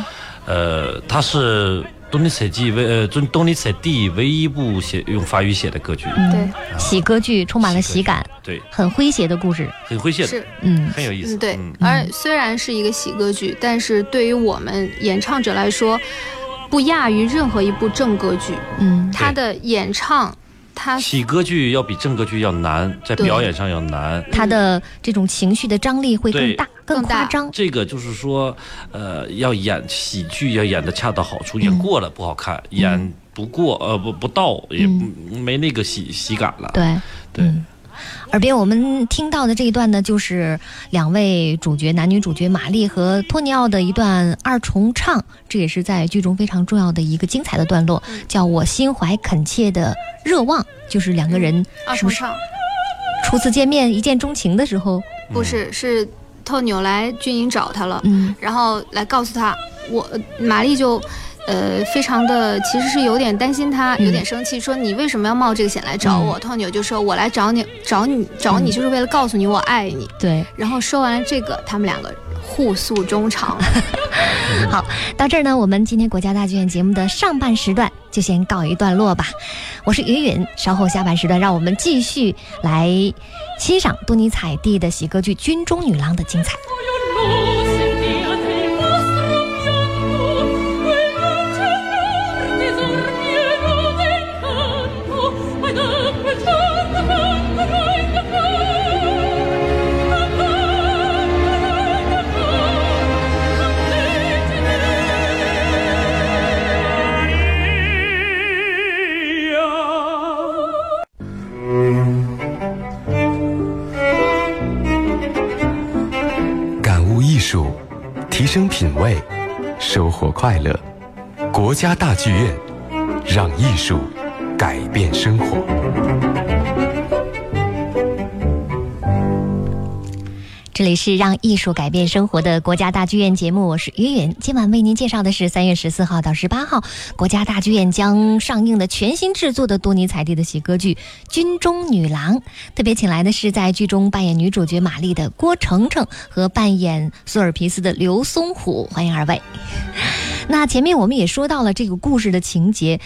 Speaker 3: 呃，它是多尼采蒂唯呃，多尼采蒂唯一一部写用法语写的歌剧。
Speaker 1: 嗯
Speaker 2: 对，
Speaker 1: 喜歌剧充满了喜感，
Speaker 3: 对，
Speaker 1: 很诙谐的故事。
Speaker 3: 很诙谐
Speaker 2: 是
Speaker 3: 的，
Speaker 1: 嗯
Speaker 3: 很有意思。
Speaker 2: 嗯，对
Speaker 3: 嗯，
Speaker 2: 而虽然是一个喜歌剧，但是对于我们演唱者来说，不亚于任何一部正歌剧。
Speaker 1: 嗯
Speaker 2: 他的演唱，他
Speaker 3: 喜歌剧要比正歌剧要难，在
Speaker 2: 对
Speaker 3: 表演上要难。
Speaker 1: 他的这种情绪的张力会更大、更
Speaker 2: 更大
Speaker 1: 夸张。
Speaker 3: 这个就是说，呃，要演喜剧要演得恰到好
Speaker 1: 嗯
Speaker 3: 处，演过了不好看，演不过呃不不到也不没那个喜喜感了。
Speaker 1: 嗯对，
Speaker 3: 对
Speaker 1: 嗯耳边我们听到的这一段呢，就是两位主角男女主角玛丽和托尼奥的一段二重唱，这也是在剧中非常重要的一个精彩的段落，叫“我心怀恳切的热望”，就是两个人
Speaker 2: 二
Speaker 1: 是不
Speaker 2: 重
Speaker 1: 是
Speaker 2: 唱
Speaker 1: 初次见面一见钟情的时候，
Speaker 2: 不是是透纽来军营找他了，
Speaker 1: 嗯
Speaker 2: 然后来告诉他，我玛丽就。呃，非常的，其实是有点担心他，
Speaker 1: 嗯
Speaker 2: 有点生气，说你为什么要冒这个险来找我？透纽就说，我来找你，找你，找
Speaker 1: 嗯
Speaker 2: 你就是为了告诉你我爱你。
Speaker 1: 对，
Speaker 2: 然后说完了这个，他们两个互诉 衷肠。
Speaker 1: 好，到这儿呢，我们今天国家大剧院节目的上半时段就先告一段落吧。我是云云，稍后下半时段，让我们继续来欣赏多尼采蒂的喜歌剧《军中女郎》的精彩。
Speaker 7: 感悟艺术，提升品味，收获快乐。国家大剧院，让艺术改变生活。
Speaker 1: 这里是让艺术改变生活的国家大剧院节目，我是云云。今晚为您介绍的是三月十四号到十八号，国家大剧院将上映的全新制作的多尼采蒂的喜歌剧《军中女郎》。特别请来的是在剧中扮演女主角玛丽的郭程程和扮演索尔皮斯的刘松虎，欢迎二位。那前面我们也说到了这个故事的情节，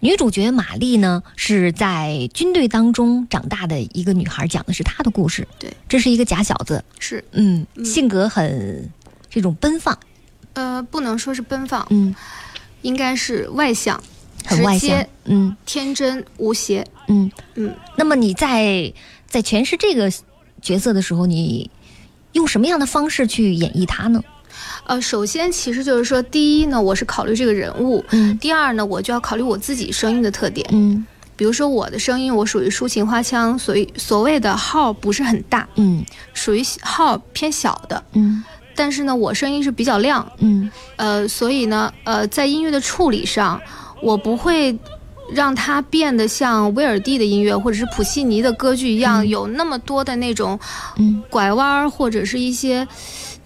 Speaker 1: 女主角玛丽呢是在军队当中长大的一个女孩，讲的是她的故事。
Speaker 2: 对，
Speaker 1: 这是一个假小子，
Speaker 2: 是，
Speaker 1: 嗯，性格很这种奔放，
Speaker 2: 呃，不能说是奔放，
Speaker 1: 嗯，
Speaker 2: 应该是外向，
Speaker 1: 很外
Speaker 2: 直
Speaker 1: 向
Speaker 2: 接，
Speaker 1: 嗯
Speaker 2: 天真无邪。
Speaker 1: 嗯
Speaker 2: 嗯。
Speaker 1: 那么你在在诠释这个角色的时候，你用什么样的方式去演绎他呢？
Speaker 2: 呃，首先其实就是说，第一呢，我是考虑这个人物；
Speaker 1: 嗯
Speaker 2: 第二呢，我就要考虑我自己声音的特点。
Speaker 1: 嗯
Speaker 2: 比如说我的声音，我属于抒情花腔，所以所谓的号不是很大，
Speaker 1: 嗯
Speaker 2: 属于号偏小的。
Speaker 1: 嗯
Speaker 2: 但是呢，我声音是比较亮，
Speaker 1: 嗯
Speaker 2: 呃，所以呢，呃，在音乐的处理上，我不会让它变得像威尔第的音乐或者是普契尼的歌剧一样，有那么多的那种
Speaker 1: 嗯
Speaker 2: 拐弯儿或者是一些，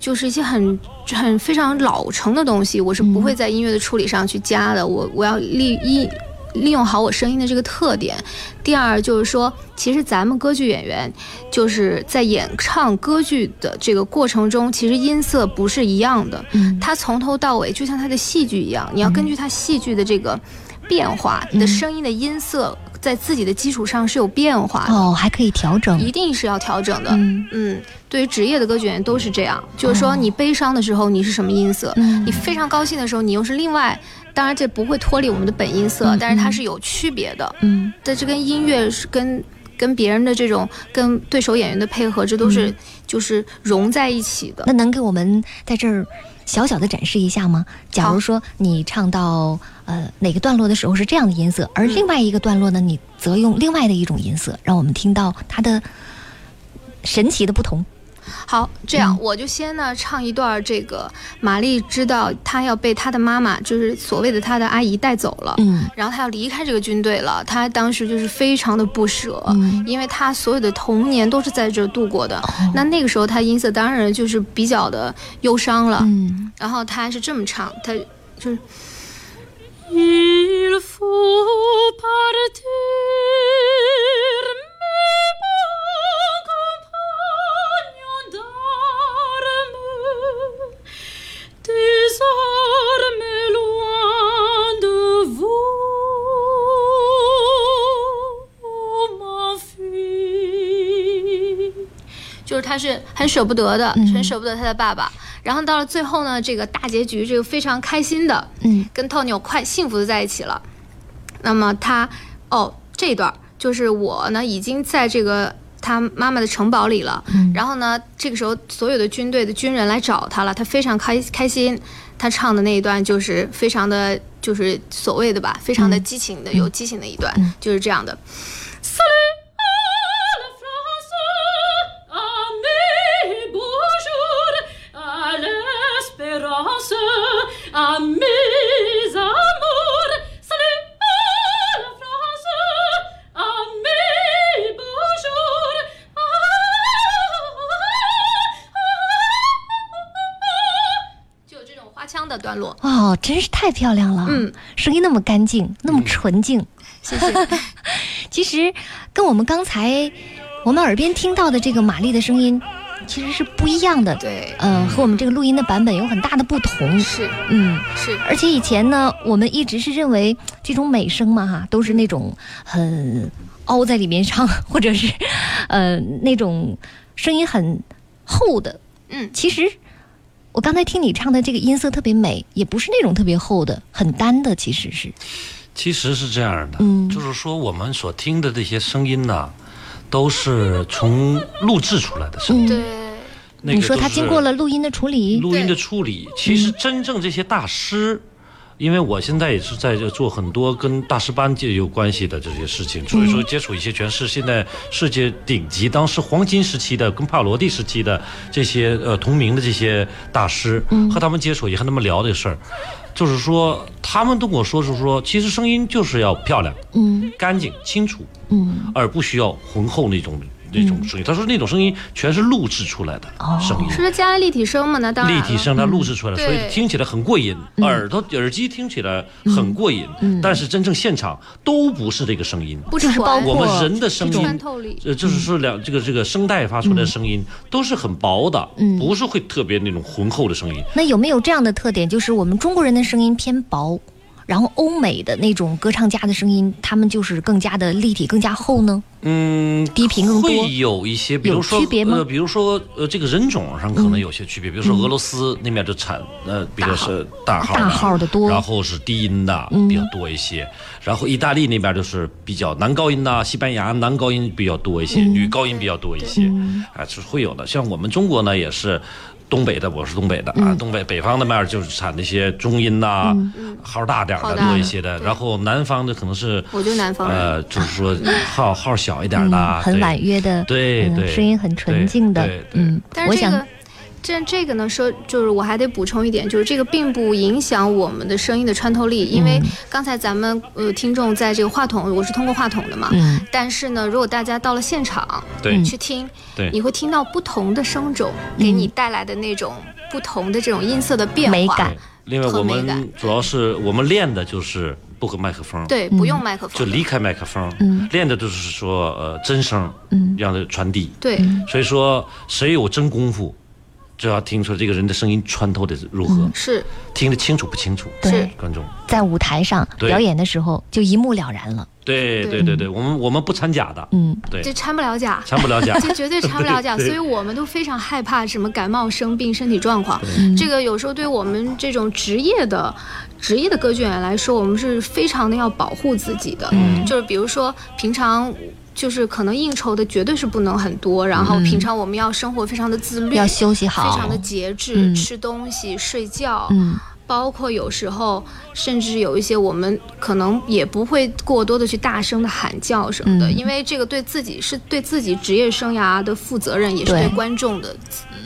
Speaker 2: 就是一些很很非常老成的东西，我是不会在音乐的处理上去加的。我我要利一。利用好我声音的这个特点。第二就是说，其实咱们歌剧演员就是在演唱歌剧的这个过程中，其实音色不是一样的。
Speaker 1: 嗯
Speaker 2: 它从头到尾就像它的戏剧一样，你要根据它戏剧的这个变化，你的声音的音色在自己的基础上是有变化的，
Speaker 1: 哦，还可以调整，
Speaker 2: 一定是要调整的。
Speaker 1: 嗯
Speaker 2: 嗯，对于职业的歌剧演员都是这样，就是说你悲伤的时候你是什么音色，
Speaker 1: 嗯
Speaker 2: 你非常高兴的时候你又是另外，当然这不会脱离我们的本音色，但是它是有区别的。
Speaker 1: 嗯
Speaker 2: 但这跟音乐是跟跟别人的这种跟对手演员的配合，这都是就是融在一起的。
Speaker 1: 嗯那能给我们在这儿小小的展示一下吗？假如
Speaker 2: 好
Speaker 1: 说你唱到呃哪个段落的时候是这样的音色，而另外一个段落呢，你则用另外的一种音色，让我们听到它的神奇的不同。
Speaker 2: 好，这
Speaker 1: 嗯
Speaker 2: 样、我就先呢唱一段这个玛丽知道她要被她的妈妈，就是所谓的她的阿姨带走了，
Speaker 1: 嗯，
Speaker 2: 然后她要离开这个军队了，她当时就是非常的不舍，
Speaker 1: 嗯哦
Speaker 2: 因为她所有的童年都是在这儿度过的。那那个时候她音色当然就是比较的忧伤了，
Speaker 1: 嗯
Speaker 2: 然后她是这么唱，她就是。
Speaker 6: Il faut partir, mais bon compagnon d'armes, désarmez loin de vous, ma fille.
Speaker 2: 就是他是很舍不得的，很舍不得他的爸爸。然后到了最后呢，这个大结局，这个非常开心的，
Speaker 1: 嗯，
Speaker 2: 跟 Tony 快幸福的在一起了。那么他，哦，这一段儿就是我呢已经在这个他妈妈的城堡里了。然后呢，这个时候所有的军队的军人来找他了，他非常开开心。他唱的那一段就是非常的，就是所谓的吧，非常的激情的，有激情的一段，就是这样的。
Speaker 6: Salut à la France, à mes beaux jours, à l'espérance, à mes amours. Salut à la France, à mes beaux jours. Ah,
Speaker 2: 就有这种花腔的段落，
Speaker 1: 哦，真是太漂亮了，
Speaker 2: 嗯，
Speaker 1: 声音那么干净，那么纯净，
Speaker 2: 谢谢。
Speaker 1: 其实跟我们刚才我们耳边听到的这个玛丽的声音其实是不一样的，，
Speaker 2: 对，
Speaker 1: 呃，和我们这个录音的版本有很大的不同，
Speaker 2: 是
Speaker 1: 嗯。
Speaker 2: 是。
Speaker 1: 而且以前呢，我们一直是认为这种美声嘛，哈，都是那种很凹在里面唱， 或者是呃那种声音很厚的。
Speaker 2: 嗯
Speaker 1: 其实我刚才听你唱的这个音色特别美，也不是那种特别厚的，很单的，其实是。
Speaker 3: 其实是这样的，
Speaker 1: 嗯
Speaker 3: 就是说我们所听的这些声音呢，都是从录制出来的声音。
Speaker 1: 嗯
Speaker 2: 对，
Speaker 3: 那个
Speaker 1: 你说
Speaker 3: 都
Speaker 1: 它
Speaker 3: 是
Speaker 1: 经过了录音的处理，
Speaker 3: 录音
Speaker 2: 对
Speaker 3: 的处理，其
Speaker 1: 嗯
Speaker 3: 实真正这些大师。因为我现在也是在这做很多跟大师班界有关系的这些事情，所以说
Speaker 1: 嗯
Speaker 3: 接触一些全是现在世界顶级，当时黄金时期的跟帕罗蒂时期的这些呃同名的这些大师，
Speaker 1: 嗯
Speaker 3: 和他们接触也和他们聊这事儿，就是说他们都跟我说是说，其实声音就是要漂亮，
Speaker 1: 嗯
Speaker 3: 干净清楚，
Speaker 1: 嗯，
Speaker 3: 而不需要浑厚那种那种声音。他说那种声音全是录制出来的
Speaker 1: 哦
Speaker 3: 声音，
Speaker 2: 是不是加了立体声嘛？那当然
Speaker 3: 立
Speaker 2: 了嗯
Speaker 3: 体声它录制出来，
Speaker 2: 对嗯
Speaker 3: 所以听起来很过瘾，耳朵耳机听起来很过瘾，但是真正现场都不是这个声音。
Speaker 2: 不纯，
Speaker 1: 包括
Speaker 3: 我们人的声
Speaker 2: 这种
Speaker 3: 音
Speaker 2: 穿透力，嗯
Speaker 3: 呃，就是说两这个这个声带发出来的声音都是很薄的，
Speaker 2: 嗯
Speaker 3: 不是会特别那种浑厚的声音。
Speaker 1: 那有没有这样的特点，就是我们中国人的声音偏薄？然后欧美的那种歌唱家的声音，他们就是更加的立体、更加厚呢，
Speaker 3: 嗯，
Speaker 1: 低频更多。
Speaker 3: 会有一些，比
Speaker 1: 有
Speaker 3: 如说
Speaker 1: 区别吗
Speaker 3: 呃，比如说呃，这个人种上可能有些区别，比如说俄罗斯那面就产呃比较是大号
Speaker 1: 大号的多嗯
Speaker 3: 然后是低音的比较多一些，然后意大利那边就是比较男高音呐，西班牙男高音比较多一些，
Speaker 1: 嗯
Speaker 3: 女高音比较多一些，啊，是会有的。像我们中国呢，也是。东北的，我是东北的、
Speaker 1: 嗯
Speaker 3: 啊，东北北方那面就是产那些中音呐、号大点儿
Speaker 2: 号
Speaker 3: 的
Speaker 2: 大
Speaker 3: 多一
Speaker 2: 的
Speaker 3: 些的，然后南方的可能是，
Speaker 2: 我就是南方人
Speaker 3: 呃，就是说号号小一点儿的啊，
Speaker 1: 嗯，很
Speaker 3: 对
Speaker 1: 婉约的，
Speaker 3: 对
Speaker 1: 嗯
Speaker 3: 对
Speaker 1: 声音很纯净的
Speaker 3: 对对，对
Speaker 1: 嗯，
Speaker 2: 但
Speaker 1: 我
Speaker 2: 是这
Speaker 1: 想
Speaker 2: 个，这这个呢，说就是我还得补充一点，就是这个并不影响我们的声音的穿透力，因
Speaker 1: 嗯
Speaker 2: 为刚才咱们呃听众在这个话筒，我是通过话筒的嘛。
Speaker 1: 嗯
Speaker 2: 但是呢，如果大家到了现场
Speaker 3: 对
Speaker 2: 去听，
Speaker 3: 对
Speaker 2: 你会听到不同的声种给你带来的那种不同的这种音色的变
Speaker 1: 嗯
Speaker 2: 化，
Speaker 1: 美感
Speaker 3: 另外，
Speaker 2: 很
Speaker 3: 我
Speaker 2: 美
Speaker 3: 们
Speaker 2: 感
Speaker 3: 主要是我们练的就是不和麦克风，，
Speaker 2: 对，不
Speaker 1: 嗯
Speaker 2: 用麦克风，
Speaker 3: 就离开麦克风，练的就是说呃真声，
Speaker 1: 嗯
Speaker 3: 让它传递。
Speaker 2: 对，
Speaker 3: 所以说，谁有真功夫，就要听出来这个人的声音穿透的如何，
Speaker 2: 是
Speaker 3: 听得清楚不清楚？
Speaker 1: 嗯
Speaker 2: 是
Speaker 1: 对，
Speaker 3: 观众，
Speaker 1: 在舞台上
Speaker 3: 对
Speaker 1: 表演的时候就一目了然了，
Speaker 3: 对
Speaker 2: 对
Speaker 3: 对对对，我们我们不掺假的，
Speaker 1: 嗯，
Speaker 3: 对，
Speaker 2: 这掺不了假，
Speaker 3: 掺不了假。
Speaker 2: 这绝对掺不了假，
Speaker 3: 对
Speaker 2: 所以我们都非常害怕什么感冒、生病、身体状况。这个有时候对我们这种职业的职业的歌剧演员来说，我们是非常的要保护自己的。就是比如说平常。就是可能应酬的绝对是不能很多，然后平常我们要生活非常的自律，
Speaker 1: 要休息好
Speaker 2: 非常的节制，吃东西、睡觉，
Speaker 1: 嗯
Speaker 2: 包括有时候甚至有一些我们可能也不会过多的去大声的喊叫什么的，
Speaker 1: 嗯
Speaker 2: 因为这个对自己是对自己职业生涯的负责任，也是
Speaker 1: 对
Speaker 2: 对观众的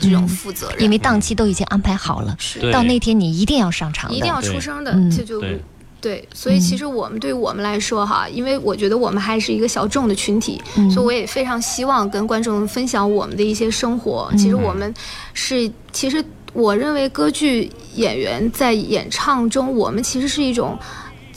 Speaker 2: 这种负责任，
Speaker 1: 因为档期都已经安排好了，
Speaker 2: 是
Speaker 3: 对
Speaker 1: 到那天你一定要上场的，
Speaker 2: 一定要
Speaker 3: 对
Speaker 2: 出声的
Speaker 1: 嗯，
Speaker 2: 这就
Speaker 3: 对
Speaker 2: 对，所以其实我们对于我们来说哈，因为我觉得我们还是一个小众的群体，
Speaker 1: 嗯
Speaker 2: 所以我也非常希望跟观众分享我们的一些生活。其实
Speaker 1: 嗯
Speaker 2: 我们是，其实我认为歌剧演员在演唱中，我们其实是一种，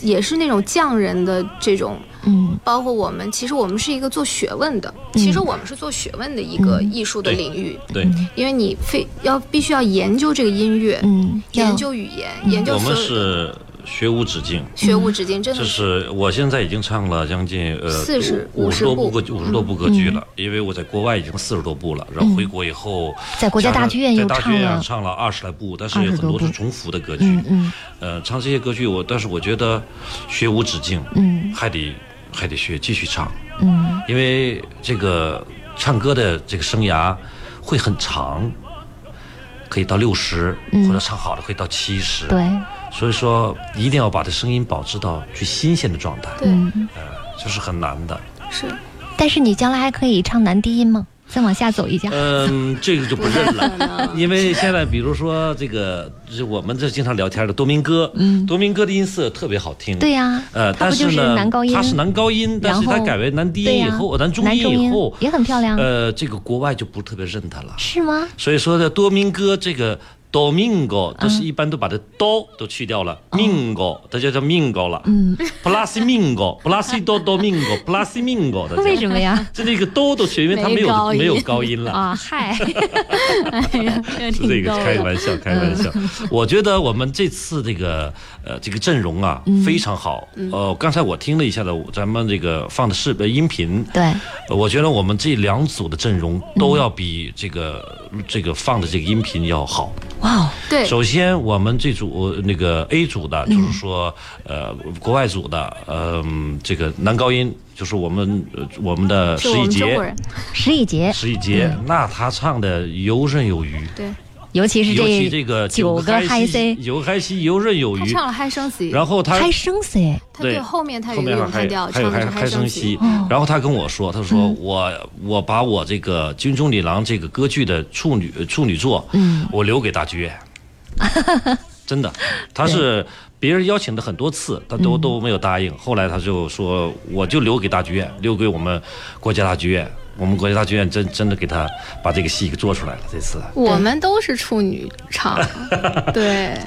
Speaker 2: 也是那种匠人的这种。
Speaker 1: 嗯
Speaker 2: 包括我们，其实我们是一个做学问的，其实我们是做学问的一个
Speaker 1: 嗯
Speaker 2: 艺术的
Speaker 3: 对
Speaker 2: 领域，
Speaker 3: 对，
Speaker 2: 因为你非要必须要研究这个音乐，
Speaker 1: 嗯，要
Speaker 2: 研究语言，研究
Speaker 3: 我
Speaker 2: 所
Speaker 3: 们
Speaker 2: 有的
Speaker 3: 是学无止境。
Speaker 2: 学无止境，真
Speaker 3: 就
Speaker 2: 的是
Speaker 3: 是我现在已经唱了将近呃
Speaker 2: 40
Speaker 3: 五十多
Speaker 2: 50部
Speaker 3: 部歌五十多部歌
Speaker 1: 嗯
Speaker 3: 剧了，因为我在国外已经四十多部了，然后回国以后
Speaker 1: 在国家大剧院
Speaker 3: 加
Speaker 1: 又
Speaker 3: 上在大剧院
Speaker 1: 唱了
Speaker 3: 唱了二十来部，但是
Speaker 1: 20
Speaker 3: 有很
Speaker 1: 多
Speaker 3: 多是
Speaker 1: 部
Speaker 3: 重复的歌
Speaker 1: 嗯
Speaker 3: 剧，
Speaker 1: 嗯
Speaker 3: 呃，唱这些歌剧我，但是我觉得学无止境，
Speaker 1: 嗯
Speaker 3: 还得还得学继续唱，
Speaker 1: 嗯
Speaker 3: 因为这个唱歌的这个生涯会很长，可以到六十、或者唱好了可以到七十，
Speaker 1: 嗯对，
Speaker 3: 所以说一定要把这声音保持到最新鲜的状态，
Speaker 2: 对，
Speaker 1: 嗯
Speaker 3: 这是很难的。
Speaker 2: 是
Speaker 1: 但是你将来还可以唱男低音吗？再往下走一下，
Speaker 3: 嗯，这个就不 认了，因为现在比如说这个，就是我们这经常聊天的多明哥，嗯，多明哥的音色特别好听，
Speaker 1: 对呀
Speaker 3: 呃，
Speaker 1: 他
Speaker 3: 但
Speaker 1: 不就是是
Speaker 3: 呢，
Speaker 1: 男高音
Speaker 3: 他是男高音，但是
Speaker 1: 然
Speaker 3: 他
Speaker 1: 后
Speaker 3: 改为男低
Speaker 1: 对
Speaker 3: 音以
Speaker 1: 呀
Speaker 3: 后，呃男中
Speaker 1: 男中
Speaker 3: 音以
Speaker 1: 音
Speaker 3: 后
Speaker 1: 也很漂亮啊
Speaker 3: 呃，这个国外就不特别认他了，
Speaker 1: 是吗？
Speaker 3: 所以说呢，多明哥这个 Domingo，都是一般都把这 do 都去掉了，mingo，它就叫 mingo 了，哦嗯，placimingo，placido domingo，placimingo 的，
Speaker 1: 为什么 呀？
Speaker 3: 就那个 do 都去，因为它没
Speaker 2: 没高
Speaker 3: 有
Speaker 2: 音
Speaker 3: 没有高音啊了。
Speaker 1: 啊， 嗨，
Speaker 3: 是这个开玩笑，开玩笑。我觉得我们这次这个呃这个阵容啊非常好。呃，刚才我听了一下的咱们这个放的视呃音频，
Speaker 1: 对，
Speaker 3: 呃我觉得我们这两组的阵容都要比这个这个放的这个音频要好。
Speaker 1: 哇哦，
Speaker 2: 对，嗯
Speaker 3: 首先，我们这组那个 A 组的，就是说，呃，国外组的，嗯，这个男高音，就是我们呃我们的
Speaker 2: 是
Speaker 3: 石
Speaker 2: 我
Speaker 3: 一
Speaker 2: 们中
Speaker 3: 杰
Speaker 2: 国，人，嗯
Speaker 1: 石以杰，
Speaker 3: 石一杰，那他唱的游刃有余。
Speaker 2: 对
Speaker 1: 尤其是
Speaker 3: 尤其这
Speaker 1: 这
Speaker 3: 个
Speaker 1: 九个嗨 C，
Speaker 3: 有嗨西游刃有
Speaker 2: 他
Speaker 3: 余，
Speaker 2: 唱了嗨声词，
Speaker 3: 然后他
Speaker 1: 嗨生 C，
Speaker 2: 他对
Speaker 3: 对
Speaker 2: 后面他有
Speaker 3: 后
Speaker 2: 一个
Speaker 3: 面
Speaker 2: 咏
Speaker 3: 还
Speaker 2: 叹调，
Speaker 3: 还
Speaker 2: 唱
Speaker 3: 有
Speaker 2: 的
Speaker 3: 还
Speaker 2: 是
Speaker 3: 还
Speaker 2: 嗨
Speaker 3: 生
Speaker 2: 声
Speaker 3: 息
Speaker 2: 词，，
Speaker 3: 然后他跟我说，他说我我把我这个《军中女郎》这个歌剧的处女呃处女作，我留给大剧院，真的，他是。别人邀请他很多次，他都都没有答应。后来他就说，我就留给大剧院，留给我们国家大剧院。我们国家大剧院真真的给他把这个戏给做出来了。这次，
Speaker 2: 我们都是处女 唱，对，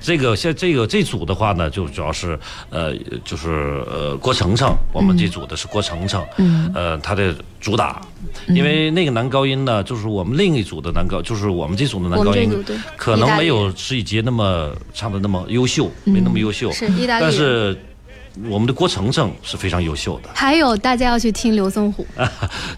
Speaker 3: 这个像这个这组的话呢，就主要是呃，就是呃郭程程，我们这组的是郭程程，嗯，呃，他的主打，因为
Speaker 2: 嗯
Speaker 3: 那个男高音呢，就是我们另一组的男高，就是我们这组的男
Speaker 2: 我们
Speaker 3: 高
Speaker 2: 这
Speaker 3: 音
Speaker 2: 组对，
Speaker 3: 可能没有石宇杰那么唱的那么优秀，没那么优秀，
Speaker 2: 嗯是意大利人
Speaker 3: 但是我们的郭程程是非常优秀的，
Speaker 2: 还有大家要去听刘松 虎，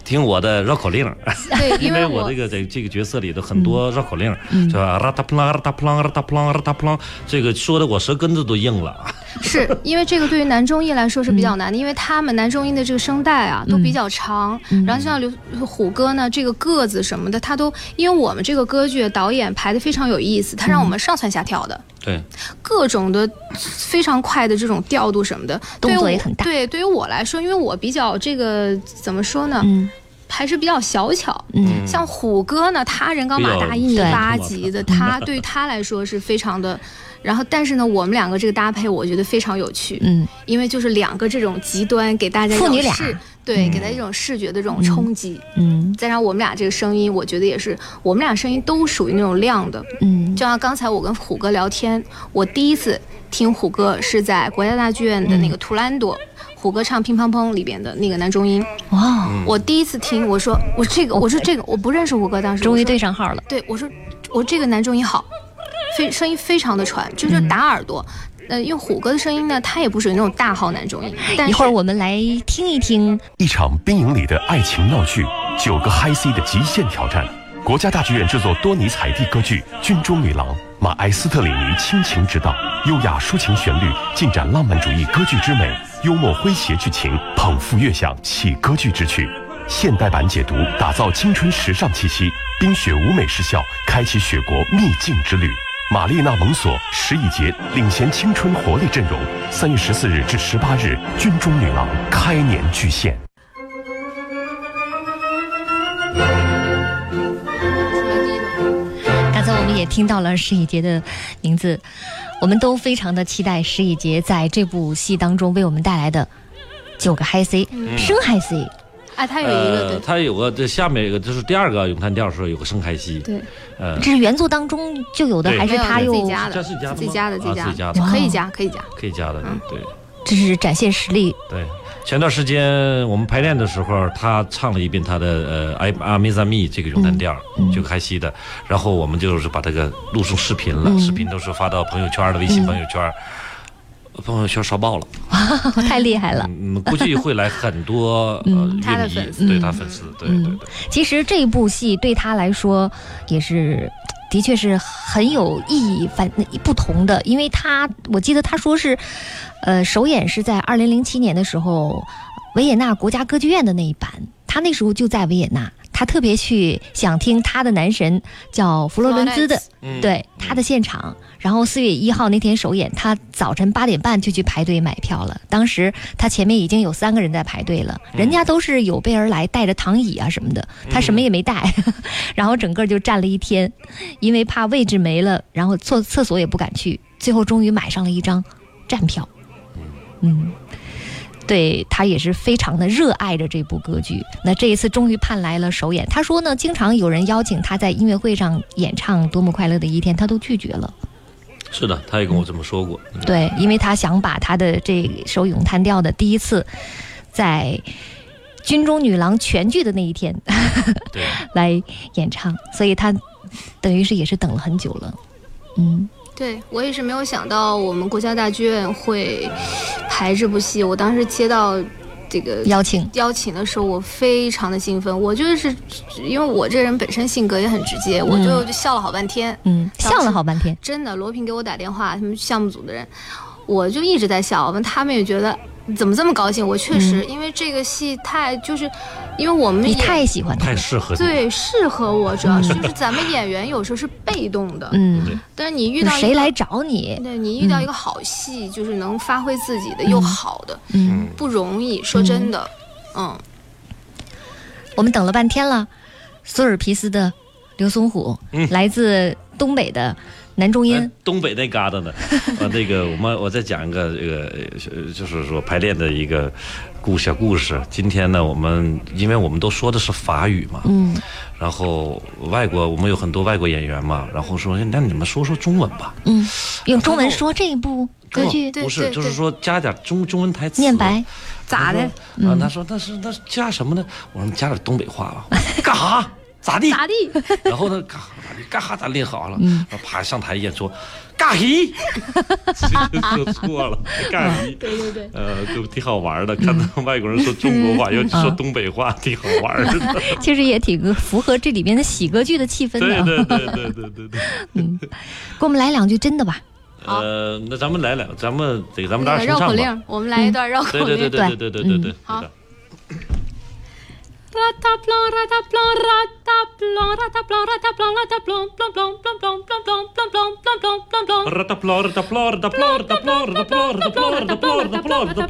Speaker 3: 听我的绕口令儿。
Speaker 2: 对，
Speaker 3: 因
Speaker 2: 为
Speaker 3: 为我
Speaker 2: 我嗯
Speaker 3: 这个在这个角色里的很多绕口令，是吧？啦哒扑啦啦哒扑啦啦哒扑啦啦哒扑啦，这个说的我舌根子都硬了。啊
Speaker 2: 是因为这个对于男中音来说是比
Speaker 3: 嗯
Speaker 2: 较难的，因为他们男中音的这个声带啊都比较长，
Speaker 3: 嗯
Speaker 2: 然后像刘虎哥呢，这个个子什么的，他都因为我们这个歌剧导演排的非常有意思，他
Speaker 3: 嗯
Speaker 2: 让我们上蹿下跳的，
Speaker 3: 对，
Speaker 2: 各种的非常快的这种调度什么的，
Speaker 1: 动作
Speaker 2: 对于
Speaker 1: 也
Speaker 2: 我
Speaker 1: 很大
Speaker 2: 对，对于我来说，因为我比较这个怎么说呢？
Speaker 1: 嗯
Speaker 2: 还是比较小巧，嗯，像虎哥呢，他人高马
Speaker 3: 比较
Speaker 2: 大，一米
Speaker 1: 对
Speaker 2: 八几的，他对于他来说是非常的。然后，但是呢，我们两个这个搭配，我觉得非常有趣，
Speaker 1: 嗯，
Speaker 2: 因为就是两个这种极端，给大家一种
Speaker 1: 父女俩
Speaker 2: 视，对，
Speaker 3: 嗯
Speaker 2: 给大家一种视觉的这种冲击，
Speaker 1: 嗯
Speaker 2: 再加上我们俩这个声音，我觉得也是，我们俩声音都属于那种亮的，
Speaker 1: 嗯
Speaker 2: 就像刚才我跟虎哥聊天，我第一次听虎哥是在国家大剧院的那个
Speaker 1: 嗯
Speaker 2: 图兰朵，虎哥唱《乒乓乓》里边的那个男中音。
Speaker 1: 哇
Speaker 3: 嗯
Speaker 1: 哦，
Speaker 2: 我第一次听，我说我这个，我说这个，我不认识虎哥，当时
Speaker 1: 终于
Speaker 2: 我说
Speaker 1: 对上号了，
Speaker 2: 对，我说我这个男中音好，非声音非常的传，这
Speaker 1: 嗯
Speaker 2: 就是打耳朵。呃，用虎哥的声音呢，他也不属于那种大号男中音，但
Speaker 1: 一
Speaker 2: 是
Speaker 1: 会儿我们来听一听，
Speaker 7: 一场兵营里的爱情闹剧，九个嗨 C 的极限挑战。国家大剧院制作多尼采蒂歌剧《军中女郎》，马埃斯特里尼倾情指导，优雅抒情旋律尽展浪漫主义歌剧之美，幽默诙谐剧情捧腹乐享起歌剧之趣。现代版解读，打造青春时尚气息，冰雪舞美视效，开启雪国秘境之旅。玛丽娜·蒙索、石以杰领衔青春活力阵容，三月十四日至十八日，《军中女郎》开年巨献。
Speaker 1: 呃刚才我们也听到了施以杰的名字，我们都非常的期待施以杰在这部戏当中为我们带来的九个嗨 C
Speaker 3: 嗯
Speaker 1: 升嗨 C。
Speaker 2: 啊，他有一个
Speaker 3: 呃，
Speaker 2: 对
Speaker 3: 它有个这下面有个就是第二个咏叹调的时候有个升开息，
Speaker 2: 对，
Speaker 3: 呃，
Speaker 1: 这是原作当中就有的，
Speaker 3: 对
Speaker 1: 还是
Speaker 2: 没有
Speaker 1: 他
Speaker 2: 自己
Speaker 1: 又
Speaker 2: 加的，
Speaker 3: 这是加的吗
Speaker 2: 自己加的，
Speaker 3: 啊
Speaker 2: 自己加
Speaker 3: 自己加的
Speaker 2: 就可以加，可以加。
Speaker 3: 可以加的，
Speaker 2: 嗯
Speaker 3: 对
Speaker 1: 这是展现实力？
Speaker 3: 对。前段时间我们排练的时候，他唱了一遍他的呃《阿阿米萨米》这个咏叹调，
Speaker 2: 嗯
Speaker 3: 就开息的。然后我们就是把这个录成视频
Speaker 2: 嗯
Speaker 3: 了，视频都是发到朋友圈的微信朋友圈，
Speaker 2: 嗯
Speaker 3: 朋友圈刷爆了。
Speaker 1: 太厉害了！
Speaker 3: 嗯，估计会来 很多呃
Speaker 2: 嗯他的
Speaker 3: 乐迷
Speaker 2: 粉，丝嗯
Speaker 3: 对他粉丝，对对对。
Speaker 1: 其实这部戏对他来说也是，的确是很有意义，反不同的，因为他我记得他说是，呃，首演是在二零零七年的时候，维也纳国家歌剧院的那一版，他那时候就在维也纳。他特别去想听他的男神叫弗洛伦兹的
Speaker 2: Florence，
Speaker 3: 嗯
Speaker 1: 对他的现场，然后四月一号那天首演，他早晨八点半就去排队买票了。当时他前面已经有三个人在排队了，
Speaker 3: 嗯
Speaker 1: 人家都是有备而来，带着躺椅啊什么的，他什么也没带， 然后整个就站了一天，因为怕位置没了，然后厕厕所也不敢去，最后终于买上了一张站票。嗯，对他也是非常的热爱着这部歌剧。那这一次终于盼来了首演。他说呢，经常有人邀请他在音乐会上演唱《多么快乐的一天》，他都拒绝了。
Speaker 3: 是的，他也跟我这么说过。嗯
Speaker 1: 对，因为他想把他的这首咏叹调的第一次，在《军中女郎》全剧的那一天
Speaker 3: 对，
Speaker 1: 来演唱，所以他等于是也是等了很久了。嗯，
Speaker 2: 对我也是没有想到我们国家大剧院会排这部戏，我当时接到这个
Speaker 1: 邀请，
Speaker 2: 邀请的时候，我非常的兴奋。我就是因为我这人本身性格也很直接，我就笑了好半天。
Speaker 1: 嗯，
Speaker 2: 当时
Speaker 1: 笑了好半天。
Speaker 2: 真的，罗平给我打电话，他们项目组的人，我就一直在笑。完，他们也觉得怎么这么高兴？我确实、因为这个戏太就是，因为我们
Speaker 1: 嗯你
Speaker 2: 也
Speaker 1: 太喜欢他
Speaker 3: 太
Speaker 1: 了，
Speaker 3: 适合你了。
Speaker 2: 对适合我，主要是就是咱们演员有时候是被动的，
Speaker 1: 嗯，
Speaker 2: 但是你遇
Speaker 1: 就
Speaker 2: 到
Speaker 1: 是谁
Speaker 2: 一个嗯
Speaker 1: 来找你？
Speaker 2: 对你遇到一个好戏，就是能发挥自己的又好的，
Speaker 1: 嗯，
Speaker 2: 不容易。说真的，嗯，
Speaker 1: 我们等了半天了，索尔皮斯的刘松虎，来自东北的男中音
Speaker 3: 嗯哎，东北那旮瘩呢，啊，那个我们我再讲一个这个呃就是说排练的一个故小故事。今天呢，我们因为我们都说的是法语嘛，嗯，然后外国我们有很多外国演员嘛，然后说那你们说说中文吧，哦
Speaker 1: 嗯，用中文说这一部歌剧
Speaker 2: 对
Speaker 3: 不是
Speaker 2: 对
Speaker 3: 就是
Speaker 2: 对
Speaker 3: 说加点中中文台词，
Speaker 1: 念白，
Speaker 2: 咋的？
Speaker 3: 他说啊，他说那是那是加什么呢？我说加点东北话吧，干哈？咋地？
Speaker 2: 咋地？
Speaker 3: 然后呢，嘎哈咋地，嘎哈咋练好了，然后爬上台演说，嘎嘿，说错了，嘎嘿，对对对，呃，就挺好玩的，看到外国人说中国话，尤其说东北话，挺好玩的，
Speaker 1: 其实也挺符合这里面的喜歌剧的气氛
Speaker 3: 对
Speaker 1: 的。
Speaker 3: 对对对对对对，
Speaker 1: 给我们来两句真的吧，
Speaker 2: 好
Speaker 3: 呃，那咱们来两，咱们得咱们大
Speaker 2: 那个绕
Speaker 3: 家说
Speaker 2: 口
Speaker 3: 唱
Speaker 2: 令
Speaker 3: 吧，
Speaker 2: 儿，我们来一段绕口
Speaker 3: 对对
Speaker 2: 令
Speaker 3: 对
Speaker 2: 儿。
Speaker 3: 对对对对对对，
Speaker 2: 好
Speaker 3: 的
Speaker 6: Rataplan, rataplan, rataplan, rataplan, rataplan, rataplan, plan, plan, plan, plan, plan, plan, plan, plan, plan, plan, plan, plan.
Speaker 3: Ra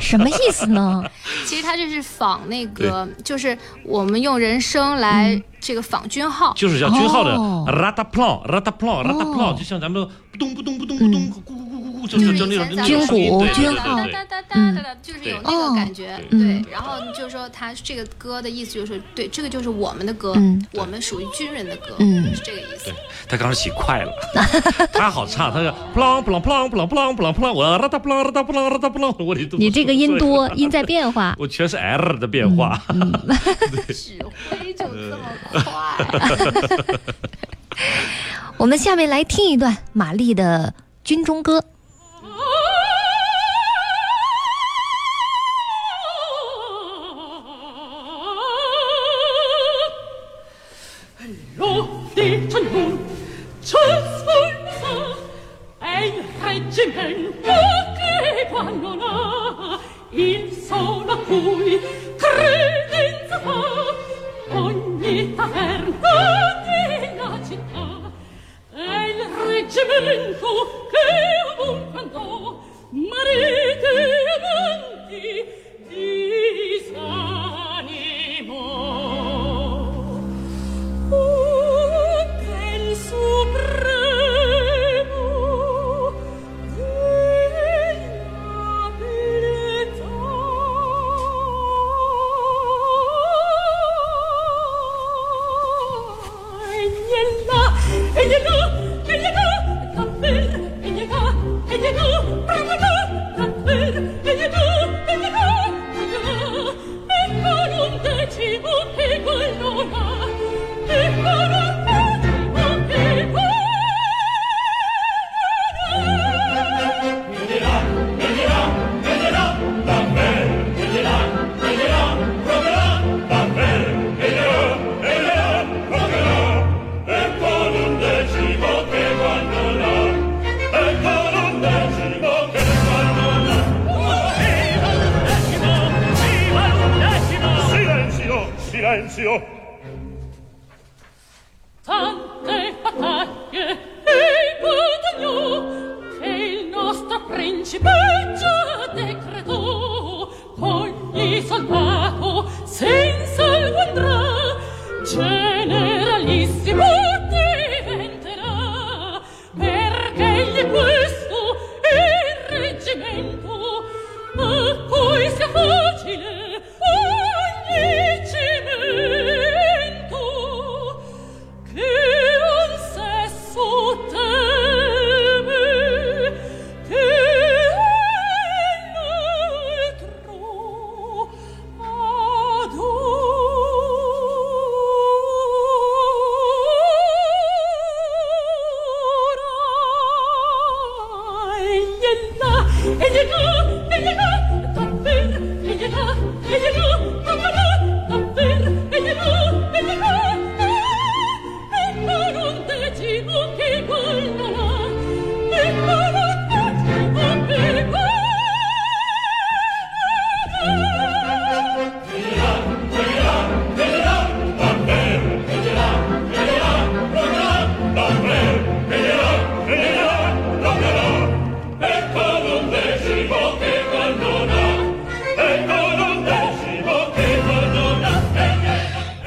Speaker 1: 什么意思 呢？
Speaker 2: 其实它这是仿那个，就是我们用人声来这个仿军号。
Speaker 3: 就是像军号的
Speaker 1: 哦
Speaker 3: rata plan rata plan rata plan，就像咱们不咚不咚不咚不咚咕咕咕咕咕，就
Speaker 2: 就是是
Speaker 3: 就
Speaker 2: 以
Speaker 3: 那
Speaker 1: 嗯
Speaker 2: 前咱们
Speaker 3: 种
Speaker 1: 军鼓
Speaker 3: 对对
Speaker 1: 军号
Speaker 3: 对对对嗯
Speaker 2: 哒哒哒哒哒，就是有那
Speaker 1: 哦
Speaker 2: 个感觉，
Speaker 3: 对
Speaker 2: 对。然后就是说，他这个歌的意思就是，对，这个就是我们的歌
Speaker 1: 嗯，
Speaker 2: 我们属于军人的歌，
Speaker 1: 嗯
Speaker 2: 是这个意思。
Speaker 3: 他刚才起快了， 他好唱，他说 plan plan plan plan plan plan plan，我 rata plan rata plan rata plan，我的
Speaker 1: 你这个音多，音在变化。
Speaker 3: 我全是 r 的变化，
Speaker 2: 指挥就这么快，
Speaker 1: 我们下面来听一段玛丽的《军中歌》。
Speaker 6: 전군 천선사 앵한 지면 목에 l'equa non ha, il solo a cui credenza fa, ogni taverna della città. È il reggimento che ovunque andò, mariti e amanti disanimò. Oh, del supremo della pietà. Egli è là, egli è là, egli è là, davvero, egli è là, egli è là, proprio là, davvero, egli è là, egli è là, egli è là. E con un decimo che quello là, e con un decimo che quello
Speaker 5: Silenzio!
Speaker 6: tante battaglie e guadagnò che il nostro principe già decretò ogni soldato senza il andrà generalissimo diventerà perché gli è questo il reggimento a cui sia facile ogni cimento che un sesso teme che l'altro adora egli è là egli è là egli è là davvero egli è là egli è là proprio là davvero egli è là egli è là e per un decimo che guarderà, e per un decimo che guarderà.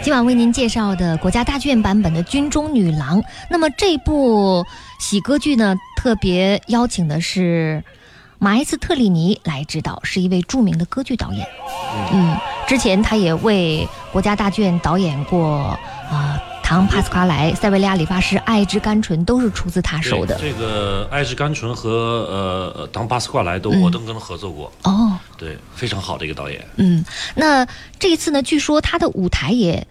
Speaker 1: 今晚为您介绍的国家大剧院版本的《军中女郎》。那么这部喜歌剧呢，特别邀请的是马埃斯特里尼来指导，是一位著名的歌剧导演。嗯，之前他也为国家大剧院导演过啊、呃唐·帕斯夸莱、塞维利亚理发师、爱之甘醇，都是出自他手的。
Speaker 3: 对这个艾什甘醇和呃呃唐巴斯夸莱都我都跟他合作过，
Speaker 1: 哦，
Speaker 3: 对，非常好的一个导演。
Speaker 1: 嗯，那这一次呢，据说他的舞台也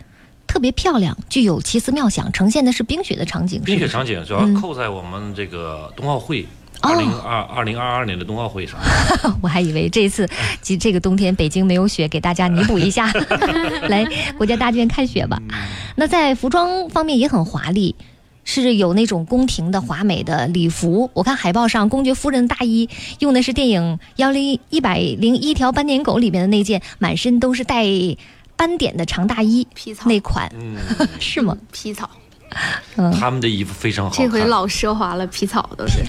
Speaker 1: 特别漂亮，具有奇思妙想，呈现的是冰雪的场景。
Speaker 3: 冰
Speaker 1: 是
Speaker 3: 雪
Speaker 1: 不是
Speaker 3: 场景主要扣在我们这个冬奥会。
Speaker 1: 哦
Speaker 3: 二零二二零二二年的冬奥会上，
Speaker 1: 我还以为这次及这个冬天北京没有雪，给大家弥补一下，来国家大剧院看雪吧。那在服装方面也很华丽。是有那种宫廷的华美的礼服，我看海报上公爵夫人的大衣用的是电影《幺零一百零一条斑点狗》里面的那件满身都是带斑点的长大衣
Speaker 2: 皮草
Speaker 1: 那款，
Speaker 3: 嗯，
Speaker 1: 是吗？
Speaker 2: 皮草，
Speaker 3: 他们的衣服非常好看。
Speaker 2: 这回老奢华了，皮草都是。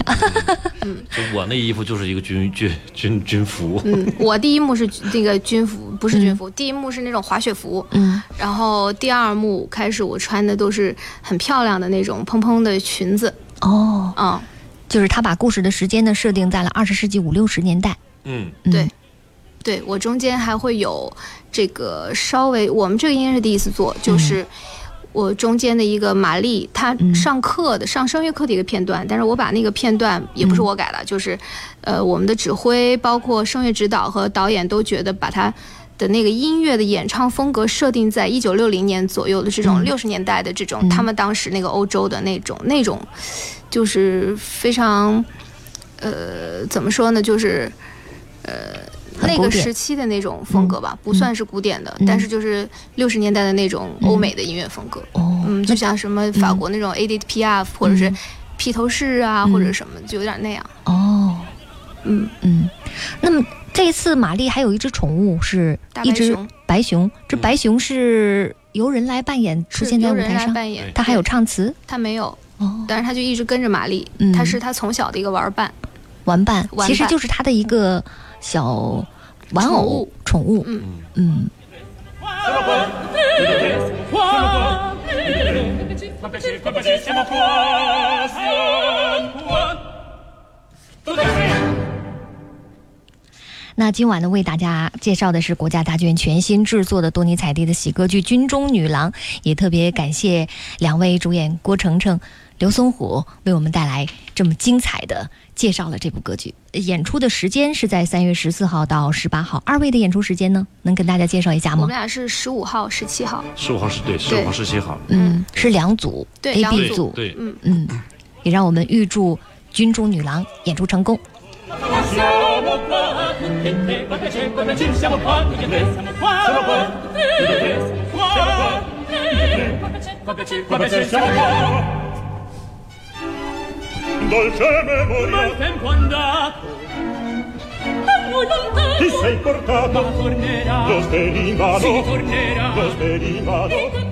Speaker 3: 就我那衣服就是一个军军军军服，
Speaker 2: 嗯， 我第一幕是那个军服，不是军服，第一幕是那种滑雪服，
Speaker 1: 嗯，
Speaker 2: 然后第二幕开始我穿的都是很漂亮的那种蓬蓬的裙子，
Speaker 1: 哦，
Speaker 2: 嗯，
Speaker 1: 就是他把故事的时间呢设定在了二十世纪五六十年代。
Speaker 3: 嗯，
Speaker 1: 嗯
Speaker 2: 对，对我中间还会有这个稍微，我们这个应该是第一次做，就是我中间的一个玛丽，她上课的、上声乐课的一个片段，但是我把那个片段也不是我改的，就是呃，我们的指挥包括声乐指导和导演都觉得把它。的那个音乐的演唱风格设定在一九六零年左右的这种六十年代的这种，他们当时那个欧洲的那种那种，就是非常，呃，怎么说呢，就是
Speaker 1: 很
Speaker 2: 那
Speaker 1: 古
Speaker 2: 个
Speaker 1: 典嗯
Speaker 2: 时期的那种风格吧，不算是古典的，但是就是六十年代的那种欧美的音乐风格，
Speaker 1: 哦
Speaker 2: 嗯，就像什么法国那种 Edith Piaf、或
Speaker 1: 嗯
Speaker 2: 者是披头士啊，或者什么，就有点那样。
Speaker 1: 哦，嗯嗯，那么这次玛丽还有一只宠物是
Speaker 2: 大
Speaker 1: 一
Speaker 2: 白
Speaker 1: 只
Speaker 2: 熊
Speaker 1: 白熊，这
Speaker 3: 嗯
Speaker 1: 白熊是由人来扮演出
Speaker 2: 是
Speaker 1: 现在
Speaker 2: 由
Speaker 1: 舞
Speaker 2: 人
Speaker 1: 台
Speaker 2: 来
Speaker 1: 上，
Speaker 2: 扮演，
Speaker 1: 它还有唱词
Speaker 2: 他没有，
Speaker 1: 哦，
Speaker 2: 但是他就一直跟着玛丽
Speaker 1: 嗯，
Speaker 2: 他是他从小的一个玩伴，
Speaker 1: 玩伴，
Speaker 2: 玩
Speaker 1: 其实
Speaker 2: 伴
Speaker 1: 就是它的一个小玩偶宠物，
Speaker 2: 嗯
Speaker 1: 嗯，
Speaker 4: qua ma perché ma perché siamo qua siamo qua tutti insieme
Speaker 1: 那今晚呢，为大家介绍的是国家大剧院全新制作的多尼采蒂的喜歌剧《军中女郎》，也特别感谢两位主演郭程程、刘松虎为我们带来这么精彩的介绍了这部歌剧。演出的时间是在三月十四号到十八号，二位的演出时间呢，能跟大家介绍一下
Speaker 2: 我
Speaker 1: 吗
Speaker 2: 们？俩是十五号、十七号，
Speaker 3: 十五号是对，十五号、十七号，
Speaker 1: 嗯，是两组
Speaker 2: 对
Speaker 1: ，A、
Speaker 2: 两
Speaker 1: B
Speaker 3: 对
Speaker 1: 组，
Speaker 3: 对，
Speaker 1: 嗯，也让我们预祝《军中女郎》演出成功。
Speaker 4: siamo qua tutti e tre ma perché ma perché siamo qua tutti e tre siamo qua siamo qua tutti e tre siamo qua ma perché ma perché siamo qua
Speaker 5: Dolce
Speaker 4: ma il
Speaker 5: memoria,
Speaker 4: tempo è andato
Speaker 5: ti sei portato,
Speaker 4: tornerà
Speaker 5: lo speri in
Speaker 4: si
Speaker 5: vano,
Speaker 4: tornerà
Speaker 5: lo speri in vano,